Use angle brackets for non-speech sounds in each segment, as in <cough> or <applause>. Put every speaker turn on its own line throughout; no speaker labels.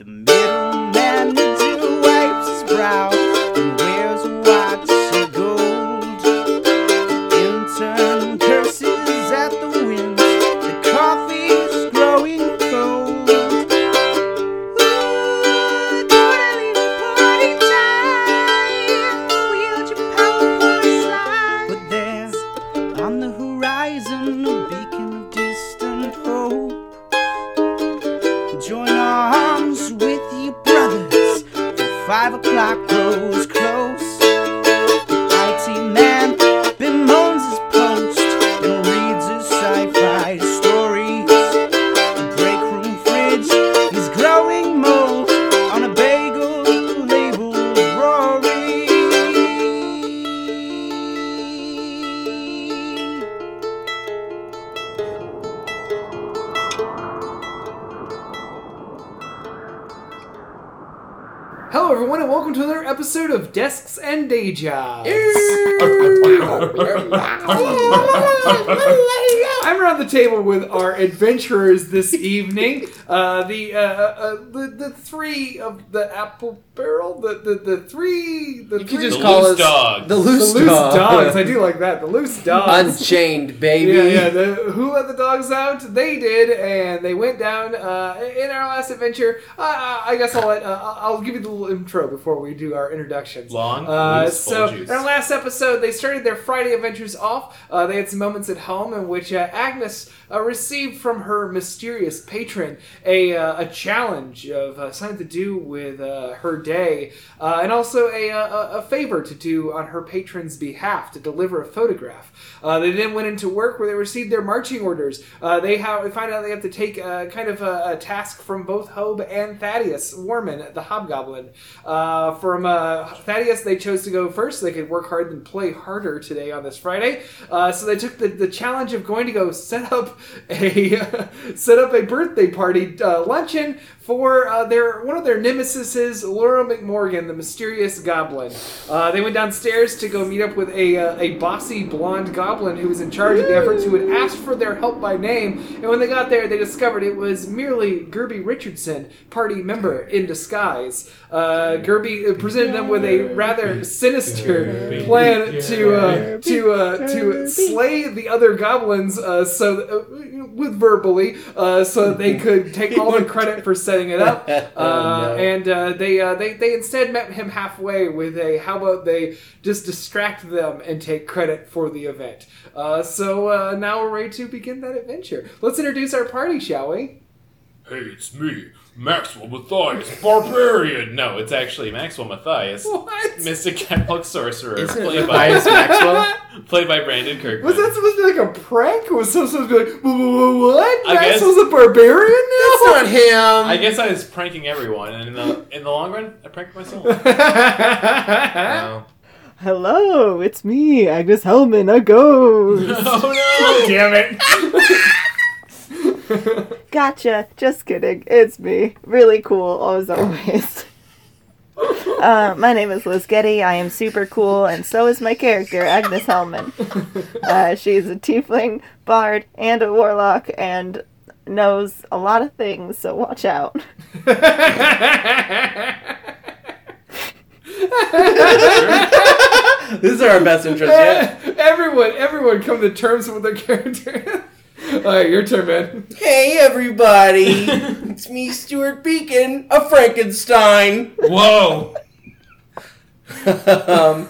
The middleman needs to wipe his brow and wears a watch of gold. Intern curses at the wind. The coffee's growing cold. Ooh, totally party time. Wield your powerful slide. But there, on the horizon, a beacon of distant hope. Join arms with your brothers. The five o'clock grows close. The IT man bemoans his post and reads his sci-fi stories. The break room fridge is growing mold on a bagel labeled Rory.
Hello, everyone, and welcome to another episode of Desks and Day Jobs. <laughs> I'm around the table with our adventurers
<laughs>
this evening. Uh, the, uh, uh, the the three of the apple barrel, the the, the three, the
<laughs> You
three,
just
The
call
loose
us
dogs.
the
the
loose,
loose
dog. <laughs>
dogs. I do like that. The loose dogs.
Unchained, baby.
Yeah, yeah. The, who let the dogs out? They did, and they went down. Uh, in our last adventure, uh, I I guess I'll let, uh, I'll I'll give you the little intro before we do our introductions.
Long,
Uh,
loose, full
so
of juice.
in our last episode, they started their Friday adventures off. Uh, they had some moments at home in which uh, Agnes uh, received from her mysterious patron a, uh, a challenge of uh, something to do with uh, her day, uh, and also a, uh, a, a favor to do on her patron's behalf to deliver a photograph. Uh, they then went into work where they received their marching orders. Uh, they have we find out they have to take uh, kind of a, a task from both Hobe and Thaddeus Warman, the Hobgoblin. Uh, from uh, Thaddeus, they chose to go first. They could work hard and play harder today on this Friday. Uh, so they took the, the challenge of going to go set up a <laughs> set up a birthday party uh, luncheon for uh, their one of their nemesis, Laura McMorgan, the mysterious goblin. Uh, they went downstairs to go meet up with a, uh, a bossy blonde goblin who was in charge of the efforts, who had asked for their help by name. And when they got there, they discovered it was merely Gerby Richardson, party member in disguise. Uh, Gerby uh, presented them with a rather sinister plan to uh, to uh, to slay the other goblins, uh, so uh, with verbally, uh, so that they could take all the credit for setting it <laughs> up. Uh,
Oh, no.
And uh, they, uh, they they instead met him halfway with a how about they just distract them and take credit for the event. Uh, so uh, now we're ready to begin that adventure. Let's introduce our party, shall we?
Hey, it's me, Maxwell Matthias, barbarian. No, it's actually Maxwell
<laughs>
Matthias,
What
mystic Catholic sorcerer,
Isn't
played
it
by
Tobias Maxwell?
<laughs> played by Brandon Kirkman.
was that supposed to be like a prank? Was someone supposed to be like, "Wha- wha- wha- what?
I
Max
guess-
was a barbarian now?
That's not him.
I guess I was pranking everyone, and in the in the long run, I pranked
<laughs>
myself.
No.
Hello, it's me, Agnes Hellman, a <laughs>
<laughs>
ghost.
oh no!
Damn it!
gotcha. Just kidding. It's me. Really cool, as always. <laughs> Uh, my name is Liz Getty. I am super cool, and so is my character, Agnes <laughs> Hellman. Uh, she's a tiefling, bard, and a warlock, and knows a lot of things, so watch out.
This is our best interest yet.
everyone, everyone, come to terms with their character. <laughs> All right, your turn, man.
Hey, everybody. it's me, Stuart Beacon, a Frankenstein.
Whoa!
um,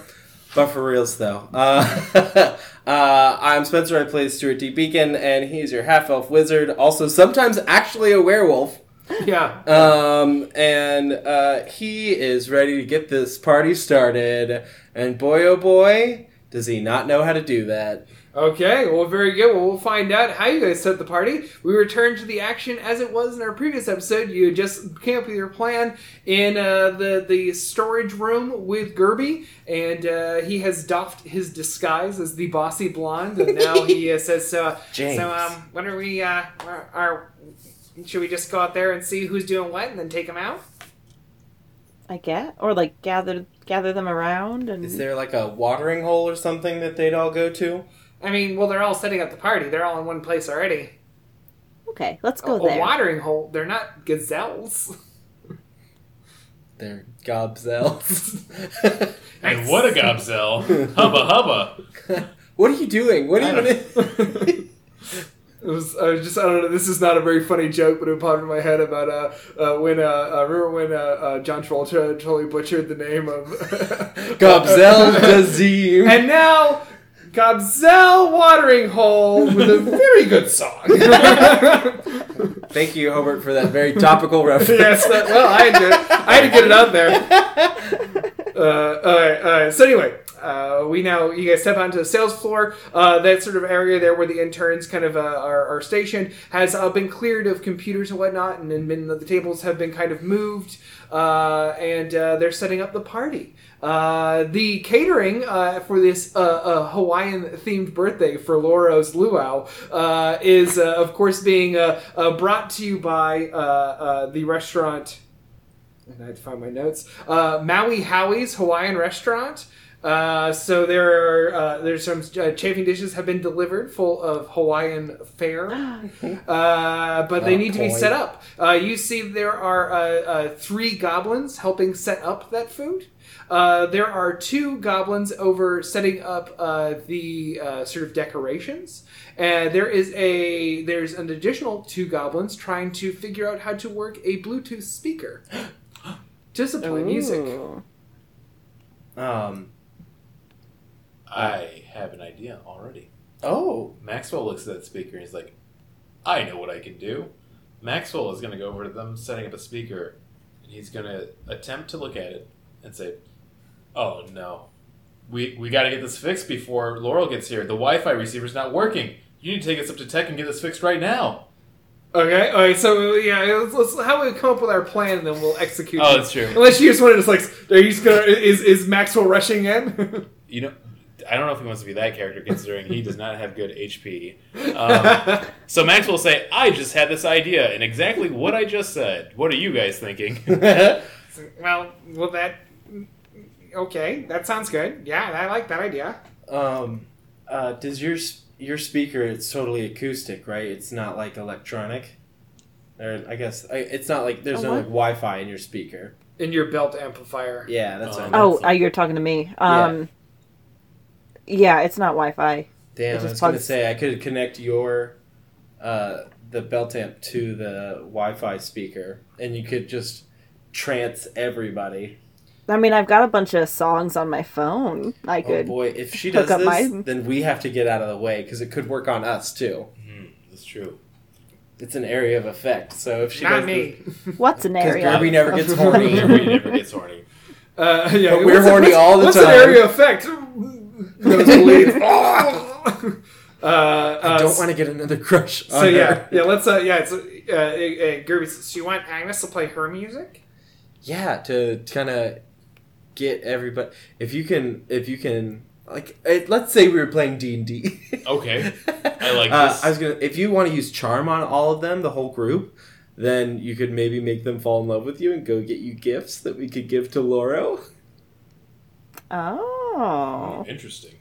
but for reals, though. Uh, <laughs> uh, I'm Spencer. I play Stuart D. Beacon, and he's your half elf wizard, also sometimes actually a werewolf.
Yeah.
Um, and uh, he is ready to get this party started. And boy, oh boy, does he not know how to do that.
Okay, well, very good. Well, we'll find out how you guys set the party. We return to the action as it was in our previous episode. You just came up with your plan in uh, the the storage room with Gerby, and uh, he has doffed his disguise as the bossy blonde, and now he uh, says, uh,
James.
"So, um, when are we? Uh, are, are should we just go out there and see who's doing what, and then take him out?"
I get, or like gather gather them around, and
Is there like a watering hole or something that they'd all go to?
I mean, well, they're all setting up the party. They're all in one place already.
okay, let's
A,
go
a
there.
watering hole. They're not gazelles.
They're gobzels.
And what a
<laughs>
gobzel! hubba hubba!
what are you doing? What are
I
<laughs> you?
It was, I was just I don't know. This is not a very funny joke, but it popped in my head about uh, uh when uh, uh remember when uh, uh John Travolta totally butchered the name of <laughs>
Gobzel Dazim.
and now Gobzel Watering Hole with a very good song. <laughs>
Thank you, Hobart, for that very topical <laughs> reference.
yes, that, well I had to I had to get it out there. uh, all right, all right. So anyway, uh, we now you guys step onto the sales floor. Uh, that sort of area there where the interns kind of uh, are, are stationed has uh, been cleared of computers and whatnot, and, then been, the tables have been kind of moved, uh, and uh, they're setting up the party. Uh, the catering uh, for this uh, uh, Hawaiian themed birthday for Loro's Luau uh, is, uh, of course, being uh, uh, brought to you by uh, uh, the restaurant and I had to find my notes. Uh, Maui Howie's Hawaiian Restaurant. Uh, so there are uh, there's some uh, chafing dishes have been delivered full of Hawaiian fare, uh, but they
Oh,
need to be
boy.
set up. Uh, you see there are uh, uh, three goblins helping set up that food. Uh, there are two goblins over setting up uh, the uh, sort of decorations, and Uh, there is a there's an additional two goblins trying to figure out how to work a Bluetooth <gasps> speaker just to play music.
Ooh.
Um.
I have an idea already.
Oh.
Maxwell looks at that speaker and he's like, I know what I can do. Maxwell is going to go over to them, setting up a speaker, and he's going to attempt to look at it and say, Oh no, we, we got to get this fixed before Laurel gets here. The Wi Fi receiver's not working. You need to take us up to tech and get this fixed right now.
Okay, all right. So yeah, let's, let's how we come up with our plan, and then we'll execute.
Oh,
it.
that's true.
Unless you just want to just like, are you just gonna is is Maxwell rushing in? <laughs>
You know, I don't know if he wants to be that character considering he does not have good HP.
<laughs>
Um, so Max will say, I just had this idea and exactly what I just said. What are you guys
<laughs>
thinking?
well, well that okay, that sounds good. Yeah, I like that idea.
um. Uh. Does your s- your speaker? It's totally acoustic, right? It's not like electronic. Or I guess I, it's not like there's
A
no
Oh, what?
like Wi-Fi in your speaker.
In your belt amplifier.
Yeah, that's what I
Um,
meant.
Oh, uh, you're talking to me. Um, yeah, it's not Wi-Fi.
Damn,
It
I
just
was gonna
plugs-
say I could connect your uh, the belt amp to the Wi-Fi speaker, and you could just trance everybody.
I mean, I've got a bunch of songs on my phone. I
Oh
could.
boy, if she
Hook
does
up
this,
my-
then we have to get out of the way because it could work on us too.
That's true.
It's an area of effect. So if she
Not
does
me.
What's an
because
area?
Derby never gets
He
horny. <laughs>
never gets horny.
Uh, yeah,
But we're
what's-
horny
what's-
all the
what's
time.
an area effect? Goes to leave. <laughs> uh, uh,
I don't want to get another crush. On
So yeah,
her.
yeah. Let's uh, yeah. It's uh, uh, Gerby. So you want Agnes to play her
<laughs>
music?
yeah to kind of get everybody. If you can, if you can, like, it, let's say we were playing D and D.
Okay. I
<laughs>
like
Uh,
this.
I was gonna. If you want to use charm on all of them, the whole group, then you could maybe make them fall in love with you and go get you gifts that we could give to Loro.
<laughs> Oh.
Interesting.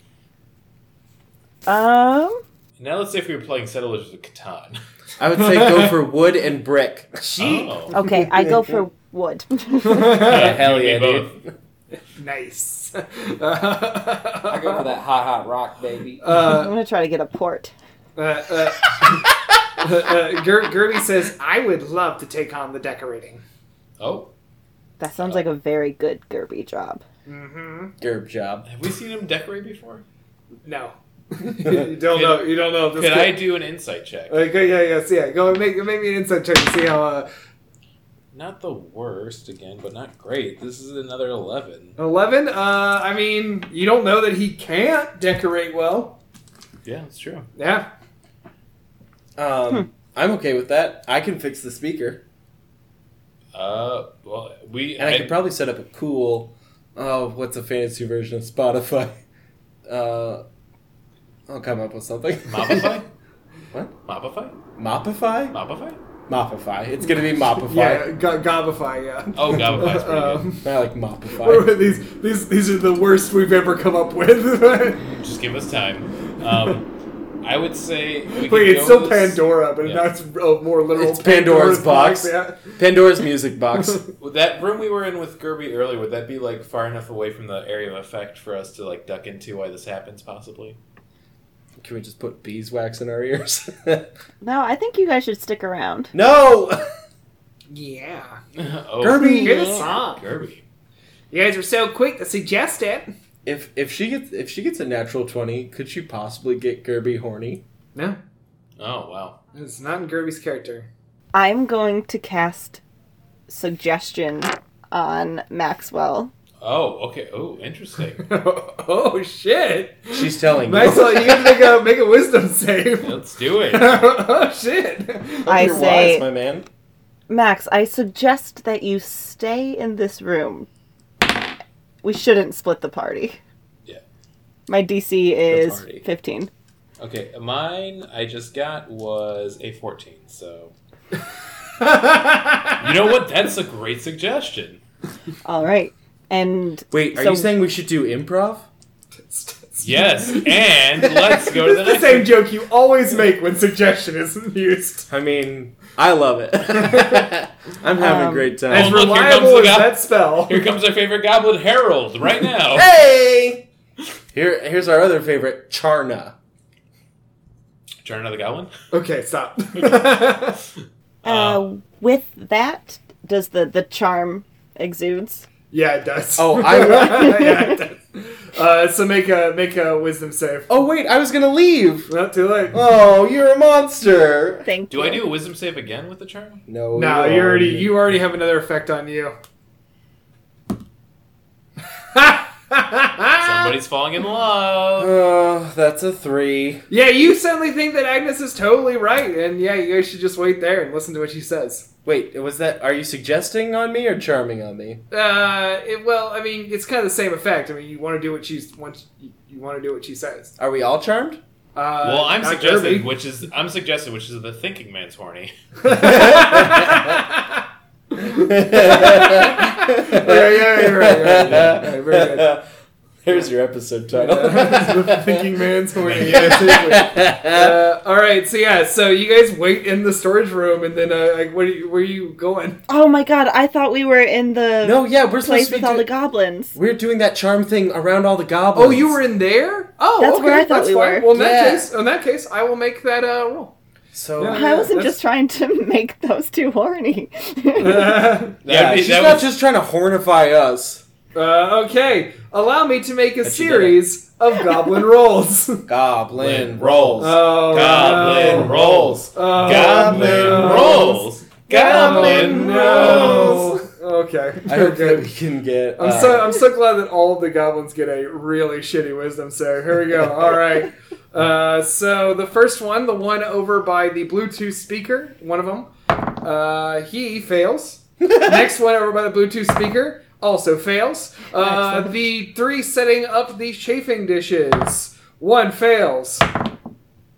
Um.
Now let's say if we were playing Settlers of Catan.
I would say go for wood and <laughs> brick.
Oh.
Okay, I go for wood. <laughs>
Yeah,
Hell
you
yeah,
need both.
dude.
Nice. <laughs> I
I go for that hot, hot rock, baby.
I'm
Uh,
gonna try to get a port.
uh, uh, uh, Ger- Gerby says, "I would love to take on the decorating."
Oh.
That sounds like a very good Gerby job.
Mm-hmm.
Gerb job.
Have we seen him decorate before?
No, <laughs> you don't know. You don't know. if this
Could
kid-
I do an insight check?
Uh, go- yeah, yeah, so yeah. Go and make make me an insight check to see how. Uh,
Not the worst again, but not great. This is another eleven.
Eleven. Uh, I mean, you don't know that he can't decorate well.
Yeah, it's true.
Yeah.
Um, I'm okay with that. I can fix the speaker,
Uh, well, we
and I, could probably set up a cool. Oh, what's a fantasy version of Spotify? <laughs> Uh, I'll come up with something.
Mopify?
<laughs> What?
Mopify?
Mopify.
Mopify?
Mopify. It's gonna <laughs> be
<laughs>
Mopify.
Yeah. Go- gobify. Yeah. <laughs>
Oh, Gobify's pretty
Um,
I like Mopify.
<laughs> these these these are the worst we've ever come up with. <laughs>
good. Just give us time. Um, I would say. We could
Wait, it's
go
still
this-
Pandora, but
Yeah.
now it's a more literal.
It's Pandora's box.
Yeah.
Pandora's music <laughs> box.
Would that room we were in with Gerby earlier, would that be like far enough away from the area of effect for us to like duck into why this happens, possibly?
Can we just put beeswax in our ears? <laughs>
No, I think you guys should stick around.
no.
Yeah.
oh,
Gerby!
Hear the song.
Gerby.
You guys were so quick to suggest it.
If if she gets if she gets a natural twenty, could she possibly get Gerby horny?
No,
Oh wow.
it's not in Gerby's character. <laughs>
I'm going to cast suggestion on Maxwell.
Oh okay. Oh, interesting.
<laughs> oh shit!
She's telling you.
Maxwell, you gotta make a make a wisdom save. <laughs>
Let's do it.
oh shit!
I
You're
say,
wise, my man.
Max, I suggest that you stay in this room. We shouldn't split the party.
Yeah.
My DC is
party.
15.
Okay, mine I just got was a fourteen. So <laughs> you know what? That's a great suggestion.
All right. And
Wait, are
So-
you saying we should do improv?
Yes,
<laughs>
and let's go to the
It's
next.
the same
one.
joke you always make when suggestion isn't used.
I mean, I love <laughs> it. I'm having
Um,
a great time.
As
Oh, look, here
reliable
comes
as
the guy.
that spell.
<laughs> Here comes our favorite goblin, Harold, right now.
Hey! Here, here's our other favorite, Charna.
Turn another goblin.
<laughs> Okay,
<laughs>
stop.
Ah.
uh, with that, does the, the charm exudes?
yeah, it does. <laughs>
Oh, I-
yeah, it does. Uh, so make a make a wisdom save.
Oh wait, I was gonna leave.
Not too late.
Oh, you're a monster.
Thank
Do
you.
I do a wisdom save again with the charm?
No,
No,
Oh,
you already you already have another effect on you.
Somebody's falling in love.
Oh, that's a three.
<laughs> yeah, you suddenly think that Agnes is totally right, and yeah, you guys should just wait there and listen to what she says.
Wait, was that? Are you suggesting on me or charming on me?
Uh, it, well, I mean, it's kind of the same effect. I mean, you want to do what she's want you, you want to do what she says.
Are we all <laughs> charmed?
Uh,
Well, I'm
not
suggesting,
Kirby. <laughs>
which is I'm suggesting, which is the thinking man's horny.
yeah, yeah, you're right, you're right, yeah. Yeah, very
<laughs>
good.
Here's your episode
the
title.
thinking man's horny. Yeah, seriously. <laughs> uh, all right, so yeah, so you guys wait in the storage room, and then uh, like, where are you, where are you going?
Oh my god, I thought we were in the
<laughs> no, yeah, we're supposed
place
to be.
with all the
do-
goblins.
we're doing that charm thing around all the goblins.
Oh, you were in there. Oh,
That's
okay,
where I thought
that's
we
fine.
were.
Well, in that
Yeah.
case, in that case, I will make that uh, roll. <laughs>
So
Yeah.
I wasn't
that's-
just trying to <laughs> make those two horny.
yeah,
That-
she's
that
not
was-
just trying to hornify us.
Uh, okay, allow me to make a
But you did it.
series of goblin rolls. <laughs>
Goblin
Goblin rolls.
Oh,
Goblin
no.
rolls.
Oh,
Goblin
no.
rolls. Goblin
Oh, no.
rolls.
Okay.
I hope
okay.
that we can get.
I'm
uh,
so I'm so glad that all of the goblins get a really shitty wisdom save. Here we go. All right. Uh, so the first one, the one over by the Bluetooth speaker, one of them, uh, he fails. Next one over by the Bluetooth speaker also fails. Uh,
Excellent.
the three setting up the chafing dishes, one fails.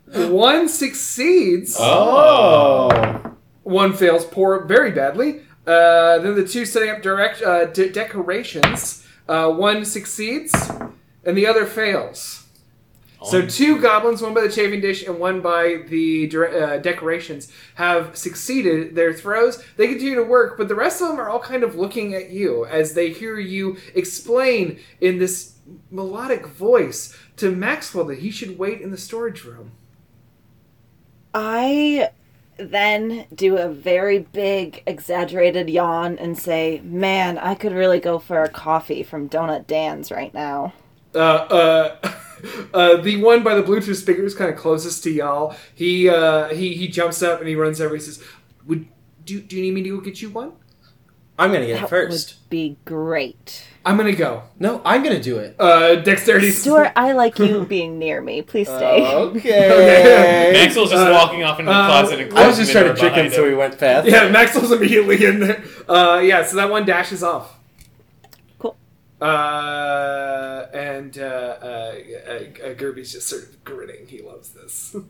One succeeds.
Oh.
One fails poor, very badly. Uh, then the two setting up direct uh, de- decorations. Uh, one succeeds, and the other fails. So two goblins, one by the chafing dish and one by the dire- uh, decorations, have succeeded their throws. They continue to work, but the rest of them are all kind of looking at you as they hear you explain in this melodic voice to Maxwell that he should wait in the storage room.
I then do a very big, exaggerated yawn and say, Man, I could really go for a coffee from Donut Dan's right now.
uh, uh, <laughs> uh, the one by the Bluetooth speaker is kind of closest to y'all. He uh, he he jumps up and he runs over. He says, "Would do, do you need me to go get you one?
I'm gonna get it
That
first.
would be great.
I'm gonna go."
No, I'm gonna do
<laughs>
it.
Uh, dexterity.
Stuart, I like you being near me. Please
Uh.
stay.
Okay.
Maxwell's just
Uh,
walking off into the
uh,
closet and
I was
closing
just
the
trying to
door
trick him
behind
so he went
<laughs>
fast.
Yeah, Maxwell's immediately in there. Uh, yeah, so that one dashes off.
Cool.
Uh, and uh, uh, uh, Gerby's just sort of grinning. He loves this. <laughs>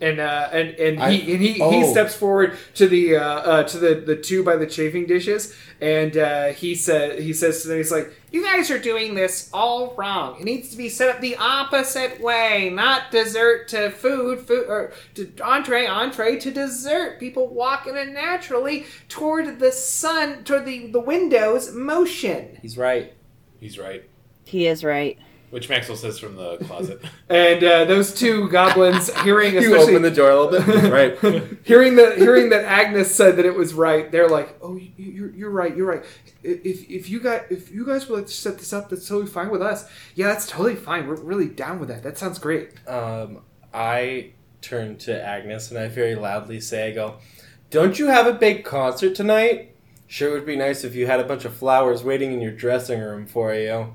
And uh, and and he
I-
and he, he
oh.
steps forward to the uh, uh, to the, the two by the chafing dishes, and uh, he said he says to them, he's like, "You guys are doing this all wrong. It needs to be set up the opposite way, not dessert to food, food or to entree, entree to dessert. People walk in a naturally toward the sun, toward the the windows motion."
He's right.
He's right.
He is right.
Which Maxwell says from the closet. <laughs>
And uh, those two goblins, <laughs> hearing
You
especially
open the door a little bit. He's <laughs> right.
<laughs> hearing that hearing that Agnes said that it was right, they're like, "Oh, you- you're, you're right, you're right. If, if you got if you guys would like to set this up, that's totally fine with us. Yeah, that's totally fine. We're really down with that. That sounds great.
Um, I turn to Agnes and I very loudly say, I go, Don't you have a big concert tonight? Sure would be nice if you had a bunch of flowers waiting in your dressing room for you.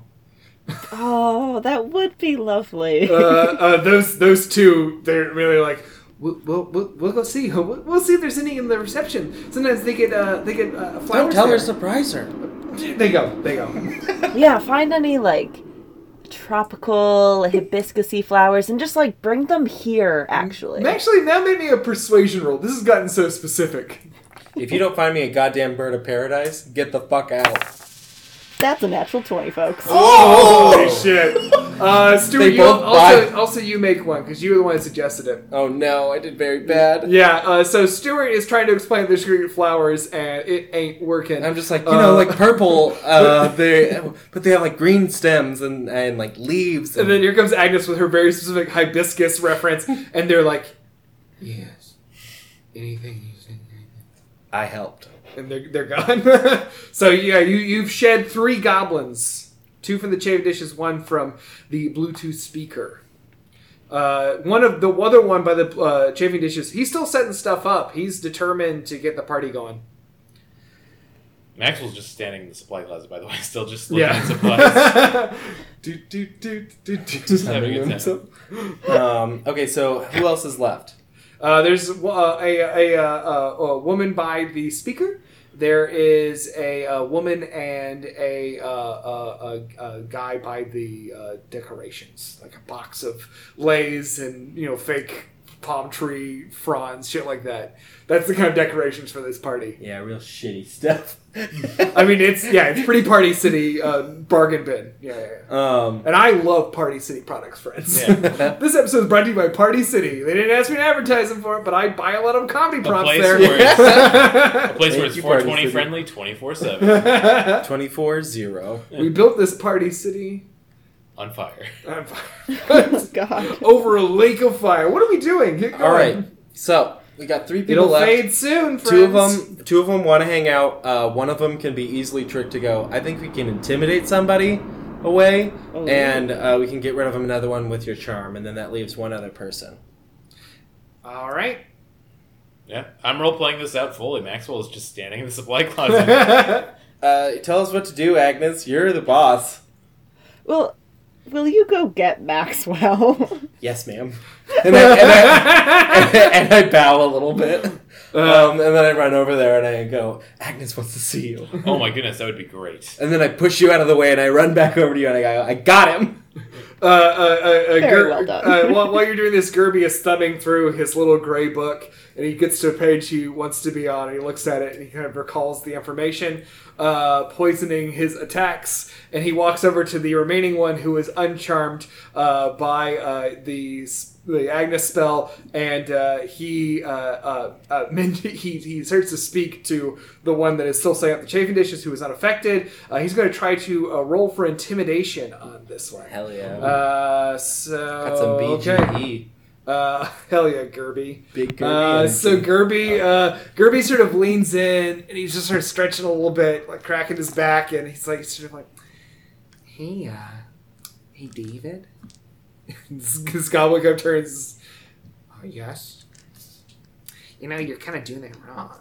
Oh, that would be lovely.
Uh, uh, those those two, they're really like." We'll, we'll, we'll, we'll go see. We'll, we'll see if there's any in the reception. Sometimes they get uh, they get uh, flowers.
Don't tell her,
there.
surprise her.
They go. They go.
<laughs> yeah, find any like tropical hibiscusy flowers and just like bring them here. Actually,
<laughs> Actually, now maybe a persuasion roll. This has gotten so specific.
If you don't find me a goddamn bird of paradise, get the fuck out.
that's a natural twenty, folks.
Holy shit! Uh, Stuart,
They
you
both
also,
buy-
also you make one because you were the one that suggested it.
Oh no, I did very bad.
Yeah. Uh, so Stuart is trying to explain the discrete flowers, and it ain't working.
I'm just like, you know,
Uh,
like <laughs> purple, uh, they but they have like green stems and, and like
<laughs>
leaves.
And then here comes Agnes with her very specific hibiscus reference, and they're like, "Yes, anything you say."
I helped.
And they're they're gone. <laughs> so yeah, you you've shed three goblins, two from the chafing dishes, one from the Bluetooth speaker. Uh, one of the other one by the uh, chafing dishes, he's still setting stuff up. He's determined to get the party going.
Maxwell's just standing in the supply closet, by the way, still just looking at
<laughs>
supplies.
Yeah. do, do, do, do, do.
Just having
<laughs>
a good time.
Um, okay, so who else is left?
Uh, there's uh, a, a, uh uh a woman by the speaker. There is a, uh woman and a, uh, a, a, a guy by the uh, decorations, like a box of lays and you know fake palm tree fronds, shit like that. That's the kind of decorations for this party.
Yeah, real
<laughs>
shitty stuff.
I mean, it's yeah, it's pretty party city uh, bargain bin. Yeah, yeah, yeah.
um,
And I love Party City products, friends.
Yeah.
<laughs> This episode is brought to you by Party City. They didn't ask me to advertise them for it, but I buy a lot of comedy props
place
there.
where
<laughs>
A place
Thank
where it's
you, Party
420
City.
friendly, 24 7,
24 0.
we built this Party City
<laughs>
<laughs>
on fire.
on
Oh,
fire.
<laughs> God.
over a lake of fire. What are we doing? Get going.
All right, so we got three people
It'll
left.
fade soon, friends.
Two of them, two of them want to hang out. Uh, one of them can be easily tricked to go. I think we can intimidate somebody away,
Oh.
and uh, we can get rid of him another one with your charm, and then that leaves one other person.
All right.
<laughs>
Yeah. I'm role playing this out fully. Maxwell is just standing in the supply closet.
I
Uh, tell us what to do, Agnes. You're the boss.
Well, will you go get Maxwell?
Yes, ma'am. And I, and I, and I <laughs> bow a little bit, um,
Uh.
and then I run over there and I go, Agnes wants to see you.
oh my goodness, that would be great.
And then I push you out of the way and I run back over to you and I go, I got him.
uh, uh, uh, uh,
Very well done.
uh, while, while you're doing this, Gerby is thumbing through his little gray book, and he gets to a page he wants to be on, and he looks at it, and he kind of recalls the information, uh, poisoning his attacks, and he walks over to the remaining one who is uncharmed uh, by uh, the s- the Agnes spell, and uh, he uh, uh, uh, <laughs> men- he he starts to speak to the one that is still setting up the chafing dishes, who is unaffected. Uh, he's going to try to uh, roll for intimidation on this one.
Hell yeah.
Uh, so
Got some E. BGE.
okay. Uh, <laughs> hell yeah, Gerby.
Big Gerby
Uh,
energy.
so Gerby, uh, Gerby sort of leans in and he's just sort of stretching a little bit, like cracking his back, and he's like sort of like, "Hey, uh, hey, David." <laughs> this this goblin guy turns. Oh yes. You know you're kind of doing it wrong.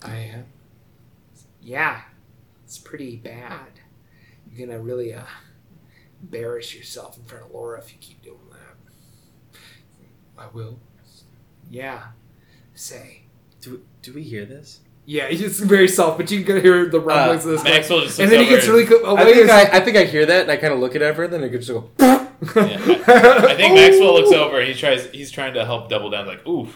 I am. Yeah, it's pretty bad. You're gonna really uh, embarrass yourself in front of Laura if you keep doing that. I will. Yeah. Say.
Do, do we hear this?
Yeah, <laughs> it's very soft, but you can hear the rumblings
Uh,
of this.
Maxwell just
and
looks
then he
over
gets really co- oh,
I
away. and-
think I, I think I hear that and I kind of look at her and then I could just go,
Yeah. I, I think Maxwell looks over. He tries. He's trying to help double down. Like, ooh,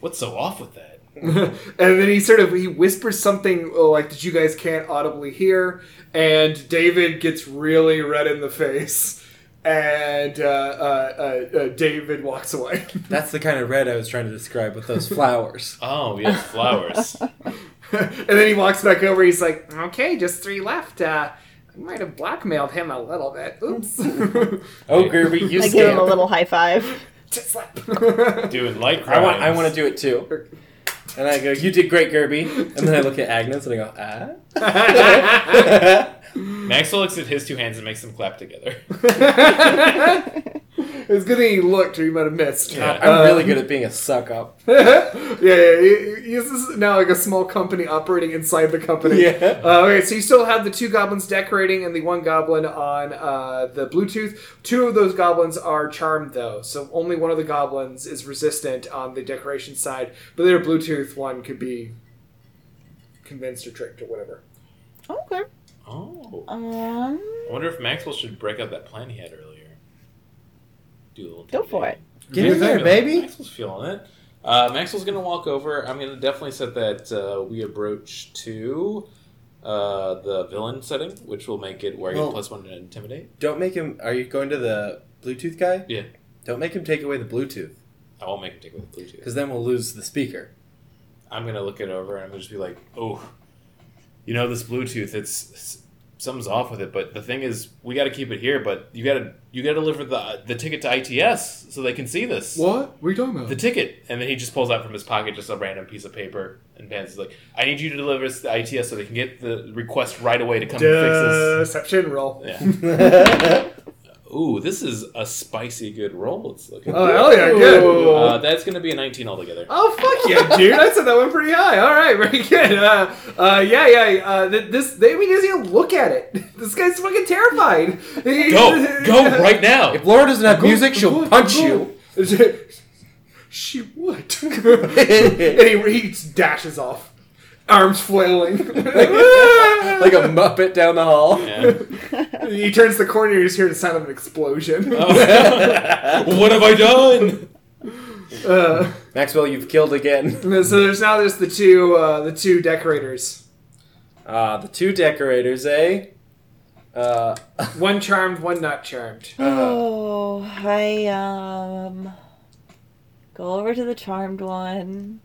what's so off with that?
and then he sort of he whispers something uh, like that you guys can't audibly hear and david gets really red in the face and uh, uh, uh, uh, david walks away <laughs>
That's the kind of red I was trying to describe with <laughs> those flowers.
Oh, yes,
<laughs>
flowers.
and then he walks back over he's like okay just three left uh, i might have blackmailed him a little bit oops <laughs>
Oh, Gerby, you
I give him a
scamp.
little high five.
Just slap.
Doing light crimes.
I want, I want to do
<laughs>
it too. And I go, you did great, Gerby. And then I look at Agnes and I go, <laughs> ah.
Maxwell looks at his two hands and makes them clap together. <laughs>
<laughs> it was good that he looked or he might have missed
God, I'm really
Um,
good at being a suck up.
<laughs> yeah, yeah, yeah. This is now like a small company operating inside the company.
Yeah.
Uh, okay, so you still have the two goblins decorating and the one goblin on uh, the Bluetooth. Two of those goblins are charmed, though, so only one of the goblins is resistant on the decoration side, but their Bluetooth one could be convinced or tricked or whatever.
Okay.
Oh.
Um.
I wonder if Maxwell should break out that plan he had earlier. Do a little.
Go for it.
Get in there, baby.
Maxwell's feeling it. Uh, Maxwell's gonna walk over. I'm gonna definitely set that uh, we approach to uh, the villain setting, which will make it where I get
Well-
plus one to intimidate.
Don't make him. Are you going to the Bluetooth guy?
Yeah.
Don't make him take away the Bluetooth,
I won't make him take away the Bluetooth.
because then we'll lose the speaker.
I'm gonna look it over and I'm gonna just be like, oh, you know this Bluetooth, it's, it's something's off with it. But the thing is, we got to keep it here. But you gotta you gotta deliver the the ticket to ITS so they can see this.
What? What are you talking
The ticket, and then he just pulls out from his pocket just a random piece of paper and pans is like, "I need you to deliver this to ITS so they can get the request right away to come and
Deception roll.
fix this."
That's
Yeah. Ooh, this is a spicy good roll. It's looking.
Oh, hell yeah, good.
Uh, that's gonna be a 19 altogether.
Oh fuck yeah, dude! I said that one pretty high. All right, very good. Uh, uh, yeah, yeah. Uh, th- this, they, I mean, he doesn't even look at it. <laughs> This guy's fucking terrified.
Go, go right now.
If Laura doesn't have music, she'll punch you. <laughs>
you. <laughs> She would. <laughs> and he, he dashes off, arms flailing. <laughs>
like a muppet down the hall.
Yeah.
he turns the corner. You just hear the sound of an explosion.
<laughs> what have I done?
Uh,
Maxwell, you've killed again.
so there's now just the two, uh, the two decorators.
Ah, the two decorators, eh? Uh,
One charmed, one not charmed.
Oh, I um go over to the charmed one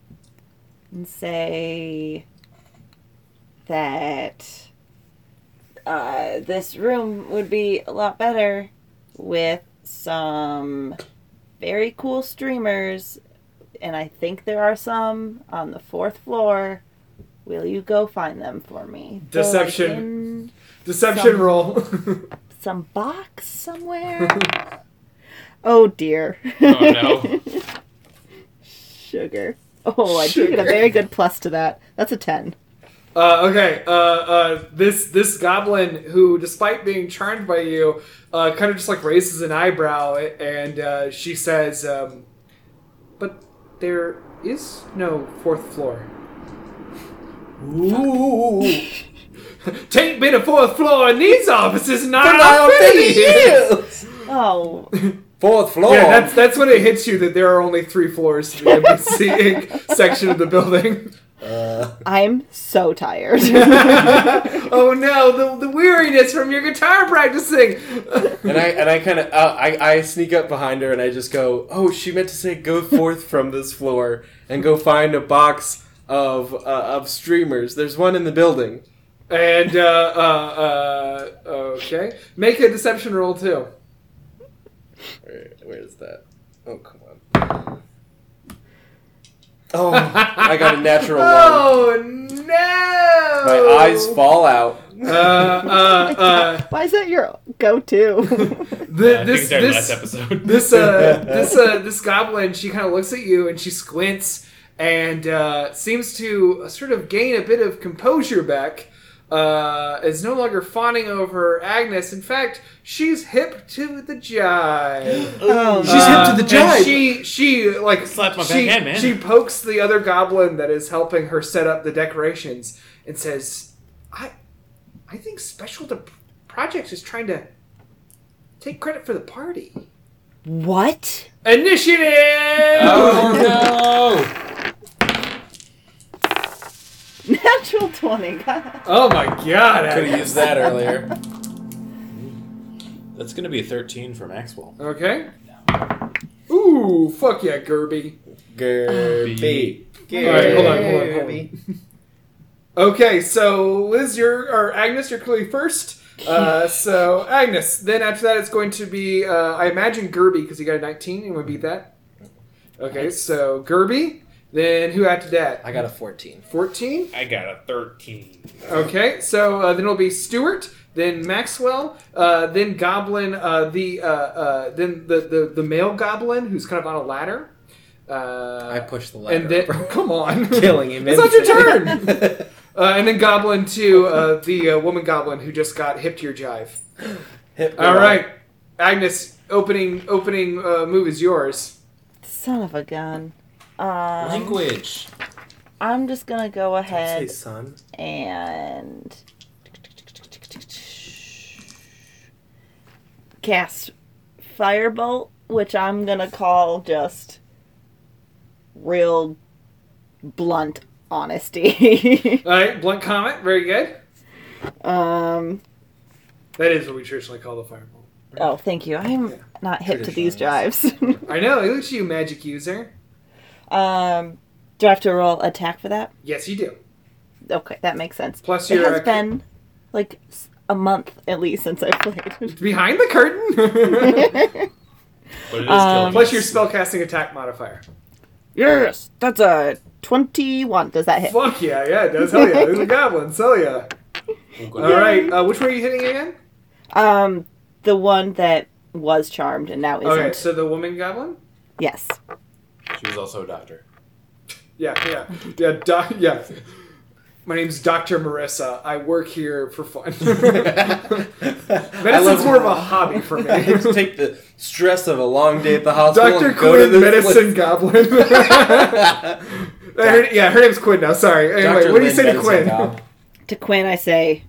and say that uh, this room would be a lot better with some very cool streamers, and I think there are some on the fourth floor. Will you go find them for me? They're, like,
Deception.
in-
Deception
Some-
roll. <laughs>
some box somewhere. oh dear.
<laughs> Oh,
no. <laughs> Sugar. Oh, I do get a
Sugar.
very good plus to that. That's a 10.
Uh, okay, uh, uh, this this goblin who, despite being charmed by you, uh, kind of just like raises an eyebrow, and uh, she says, um, "But there is no fourth floor.
<laughs> ooh,
Tain't been a fourth floor in these offices in our
I'll
city."
years.
Oh,
Fourth floor.
Yeah, that's that's when it hits you that there are only three floors to the NBC Inc. section of the building. <laughs>
uh,
I'm so tired.
oh no, the, the weariness from your guitar practicing.
and I and I kind of uh, I I sneak up behind her and I just go, oh, she meant to say go forth from this floor and go find a box of uh, of streamers. There's one in the building.
And uh, uh, uh, okay, make a deception roll too.
Where, where is that? Oh come on. Oh, I got
<laughs>
a natural one.
Oh no!
My eyes
Oh.
fall out.
Uh,
<laughs>
uh, uh,
Why is that your
<laughs>
go to?
th-
I
this
think it's our last
this
episode. <laughs>
this uh, this uh, this goblin. She kind of looks at you and she squints and uh, seems to sort of gain a bit of composure back. Uh, is no longer fawning over Agnes. In fact, she's hip to the jive.
<gasps>
Uh,
oh,
She's hip to the
and
jive.
She she like
Slapped my
she,
back hand, man.
She pokes the other goblin that is helping her set up the decorations and says, "I, I think Special Dep- Projects is trying to Take credit for the party.
What?
Initiative! <laughs>
Oh no!
Natural 20. <laughs> God.
Oh my god.
Could have used that earlier.
That's going to be a 13 for Maxwell.
Okay. Ooh, fuck yeah, Gerby.
Gerby.
Alright, hold on, hold on, hold on. Okay, so Liz, you're or Agnes, you're clearly first. Uh, so Agnes. Then after that, it's going to be uh, I imagine Gerby because he got a 19 and would beat that. Okay, so Gerby. Then who after that?
I got a 14.
14.
I got a 13.
Okay, so uh, then it'll be Stewart. Then Maxwell, uh, then Goblin, uh, the uh, uh, then the, the the male Goblin who's kind of on a ladder. Uh,
I pushed the
and
letter.
then <laughs> come on,
<laughs> killing him.
It's not your turn. <laughs>
instantly.
Uh, and then Goblin to uh, the uh, woman Goblin who just got hip to your jive.
<laughs> Hit me
All
up.
right, Agnes, opening opening uh, move is yours.
Son of a gun. Um,
Language.
I'm just gonna go
Say
ahead
son.
and cast firebolt, which I'm gonna call just real blunt honesty. <laughs>
All right, blunt comment, very good.
um,
That is what we traditionally call the fireball.
oh, thank you. I'm not hip to these drives.
I know. Look at you, magic user.
<laughs> um, do I have to roll attack for that?
Yes, you do.
Okay, that makes sense.
Plus
it
your
has been like s- a month at least since I played. <laughs>
behind the curtain. <laughs>
But it is
Um,
Uh, Plus your spellcasting attack modifier.
yes, that's a twenty-one. Does that hit?
Fuck yeah, yeah, it does. Hell yeah, there's a goblin. Hell yeah. All right, uh, which one are you hitting again?
Um, the one that was charmed and now isn't.
Okay, so the woman goblin.
Yes.
She was also a doctor.
Yeah, yeah, yeah, doc, yeah. My name's Dr. Marissa. I work here for
<laughs>
fun. <laughs> Medicine's more of a hobby
<laughs>
for
I
me.
have to take the stress of a long day at the hospital.
Dr.
and go to
Quinn,
this
medicine goblin. <laughs> I
place.
heard, yeah, her name's Quinn now. Sorry. Anyway,
Dr.
what do you
Lynn
say to
Benson
Quinn?
Gobb.
To Quinn, I say,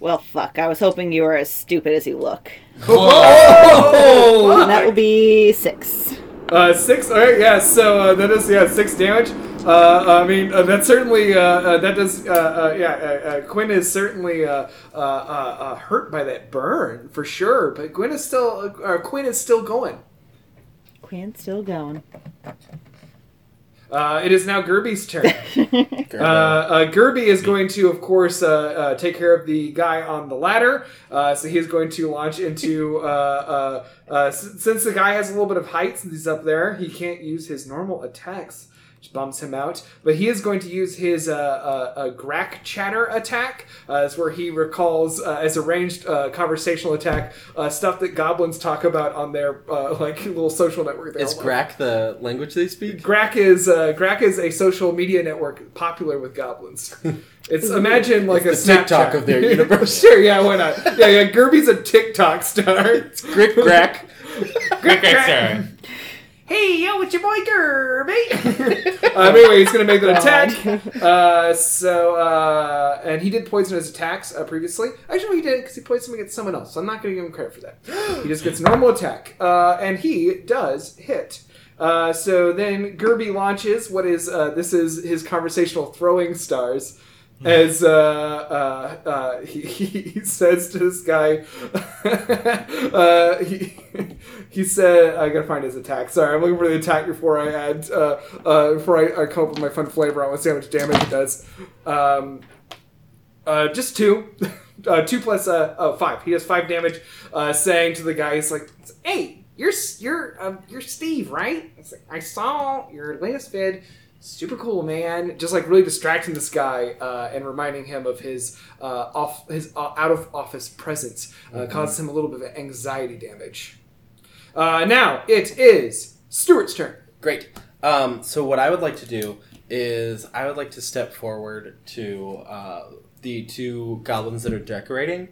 "Well, fuck. I was hoping you were as stupid as you look."
Oh!
And that will be six.
Uh, six. All right. Yeah. So uh, that is yeah six damage. Uh, I mean uh, that certainly uh, uh, that does uh, uh, yeah uh, uh, Quinn is certainly uh, uh, uh, uh, hurt by that burn for sure. But Quinn is still uh, uh, Quinn is still going.
Quinn's still going.
Uh, it is now Gerby's turn. Uh, uh, Gerby is going to, of course, uh, uh, take care of the guy on the ladder. Uh, so he's going to launch into. Uh, uh, uh, s- since the guy has a little bit of height, since he's up there, he can't use his normal attacks, which bums him out. But he is going to use his uh, uh, uh, Grack Chatter attack. Uh, it's where he recalls, uh, as a ranged uh, conversational attack, uh, stuff that goblins talk about on their uh, <laughs> like little social network. they
Is
all-
Grack the language they speak?
Grack is uh, Grack is a social media network popular with goblins. It's imagine like
It's
a
the TikTok
Snapchat.
of their
<laughs>
universe.
sure, yeah, why not? Yeah, yeah. Gerby's a TikTok star. it's
Grick Grack.
Hey, yo, it's your boy Gerby. um, anyway, he's gonna make an attack. Uh, so, uh, and he did poison his attacks uh, previously. Actually, he didn't because he poisoned him against someone else. So I'm not gonna give him credit for
<gasps>
that. He just gets a normal attack, uh, and he does hit. Uh, so then Gerby launches what is uh, this is his conversational throwing stars. As uh, uh, uh, he, he says to this guy, <laughs> uh, he, he said, "I gotta find his attack." Sorry, I'm looking for the attack before I add uh, uh, before I, I come up with my fun flavor. I want to see how much damage it does. Um, uh, just two. <laughs> Uh, two plus uh, oh, five. He does five damage, uh, saying to the guy, "He's like, hey, you're S- you're um, you're Steve, right?" It's like, I saw your latest vid. Super cool, man. Just like really distracting this guy uh, and reminding him of his uh, off his uh, out of office presence uh, caused him a little bit of anxiety damage. Uh, now it is Stuart's turn.
Great. Um, so what I would like to do is I would like to step forward to uh, the two goblins that are decorating,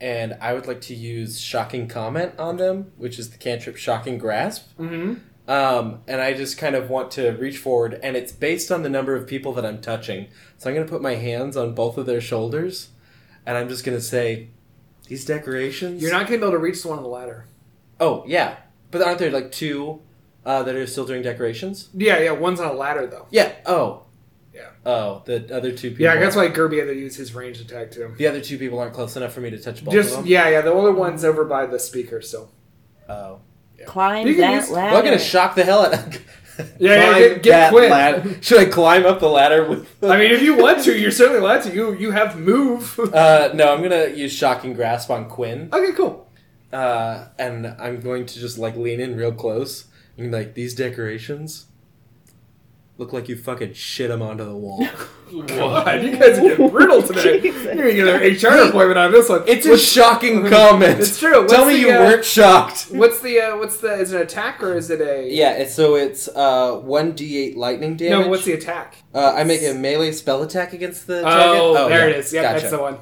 and I would like to use shocking comment on them, which is the cantrip shocking grasp.
Mhm.
Um, and I just kind of want to reach forward, and it's based on the number of people that I'm touching. So I'm going to put my hands on both of their shoulders, and I'm just going to say, These decorations?
You're not going to be able to reach the one on the ladder.
Oh, yeah. But aren't there like two uh, that are still doing decorations?
Yeah, yeah, one's on a ladder though.
Yeah. Oh.
Yeah.
Oh, the other two people.
Yeah, that's why Gerby had to use his ranged attack too.
The other two people aren't close enough for me to touch both of
Just
them.
yeah, yeah. The only one's over by the speaker, so
Oh.
Climb
You can
that
use- well,
ladder.
Well, I'm gonna shock the hell out of.
Yeah,
<laughs>
yeah,
Climb
get- get
that
quick. <laughs>
Ladder. Should I climb up the ladder with?
I mean, if you want to, you're certainly allowed to. You you have move. <laughs>
<laughs> Uh, no, I'm gonna use shocking grasp on Quinn,
okay, cool.
uh, and I'm going to just like lean in real close and be like these decorations look like you fucking shit them onto
<laughs>
the wall.
God, you guys are getting brutal today.
Jesus.
You're gonna get an HR appointment on this one.
it's a
What's-
shocking comment.
It's true.
Tell
What's
me
the,
you
uh,
weren't shocked.
What's the uh, what's the is it an attack or is it a
Yeah, it's, so it's uh, 1d8 lightning damage.
No, what's the attack?
Uh, I make a melee spell attack against the target.
Oh, there
yeah.
it is. Yeah, that's the one.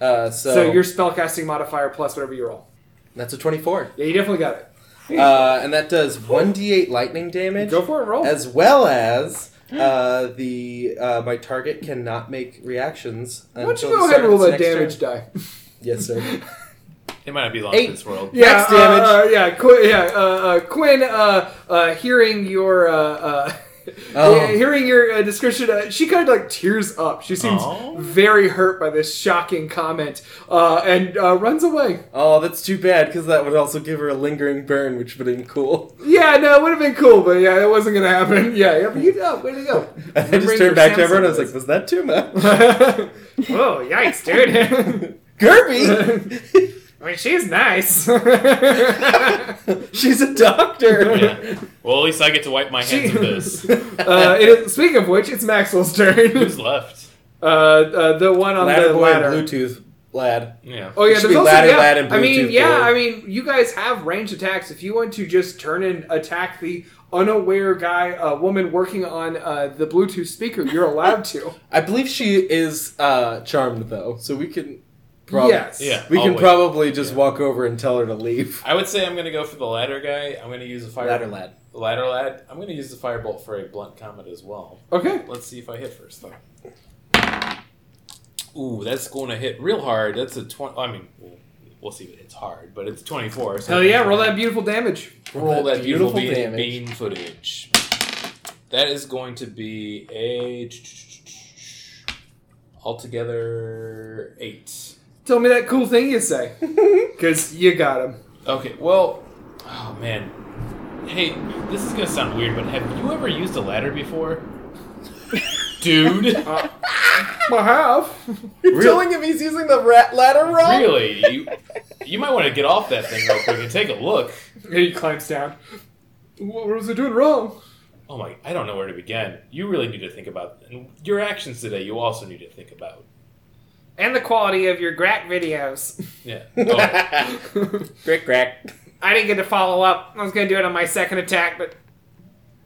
Uh,
So,
so
your spellcasting modifier plus whatever you roll.
that's a 24.
Yeah, you definitely got it.
Uh, and that does 1d8 lightning damage,
Go for it. Roll.
as well as uh, the uh, my target cannot make reactions
Why don't you
until the
go ahead
start
and roll
of
that
its next
damage
turn.
die?
Yes, sir.
It might not be long
Eight.
for this world.
Yeah,
Max damage.
Uh, uh, yeah, Qu- yeah. Uh, uh, Quinn, uh, uh, hearing your uh, uh, <laughs>
Oh.
yeah, hearing your uh, description, uh, she kind of like tears up. She seems
Oh.
Aw.
very hurt by this shocking comment uh, and uh, runs away.
oh, that's too bad because that would also give her a lingering burn, which would have been cool. <laughs>
Yeah, no, it would have been cool, but yeah, it wasn't gonna happen. <laughs> Yeah, yeah, but you know, way to go.
And <laughs> I just
Remembering
turned
your
back to everyone. I was
Samsung
like, "Was that too much,
<laughs>
<laughs>
Whoa, yikes, dude.
Gerby?
<laughs> I mean, she's nice. <laughs>
<laughs>
uh,
She's a doctor."
Yeah. Well, at least I get to wipe my hands of this.
<laughs> Uh, it is, speaking of which, it's Maxwell's turn.
Who's left?
<laughs> Uh, uh, the one <laughs> on
ladder
the
boy
ladder.
and Bluetooth lad.
Yeah.
Oh yeah,
should
there's
be
also
ladder,
yeah.
lad, and
I mean,
Bluetooth
yeah,
board.
I mean, you guys have range attacks. If you want to just turn and attack the unaware guy, uh, woman working on uh, the Bluetooth speaker, you're allowed <laughs> to.
I believe she is uh, charmed though, so we can. Probably,
Yes.
Yeah.
We can
Always.
probably just walk over and tell her to leave.
I would say I'm going to go for the ladder guy. I'm going to use a fire
lad.
Ladder lad. I'm going to use the firebolt for a blunt comet as well.
Okay.
Let's see if I hit first though. Ooh, that's going to hit real hard. That's a twenty. I mean, we'll, we'll see if it's hard, but it's twenty-four. So
Hell yeah! Roll that beautiful damage.
<laughs> Roll that beautiful, beam,
Beautiful damage.
beam footage. That is going to be a altogether eight.
Tell me that cool thing you <laughs> say, because you got him.
Okay, well, oh man. Hey, this is gonna sound weird, but have you ever used a ladder <laughs> before? Dude,
I have.
You're telling him he's using the rat ladder wrong?
really? You, you might want to get off that thing real quick and take a look.
He climbs down. What was I doing wrong?
Oh my, I don't know where to begin. You really need to think about and your actions today. You also need to think about.
And the quality of your Grat videos.
Yeah. Oh,
Crick crack.
I didn't get to follow up. I was gonna do it on my second attack, but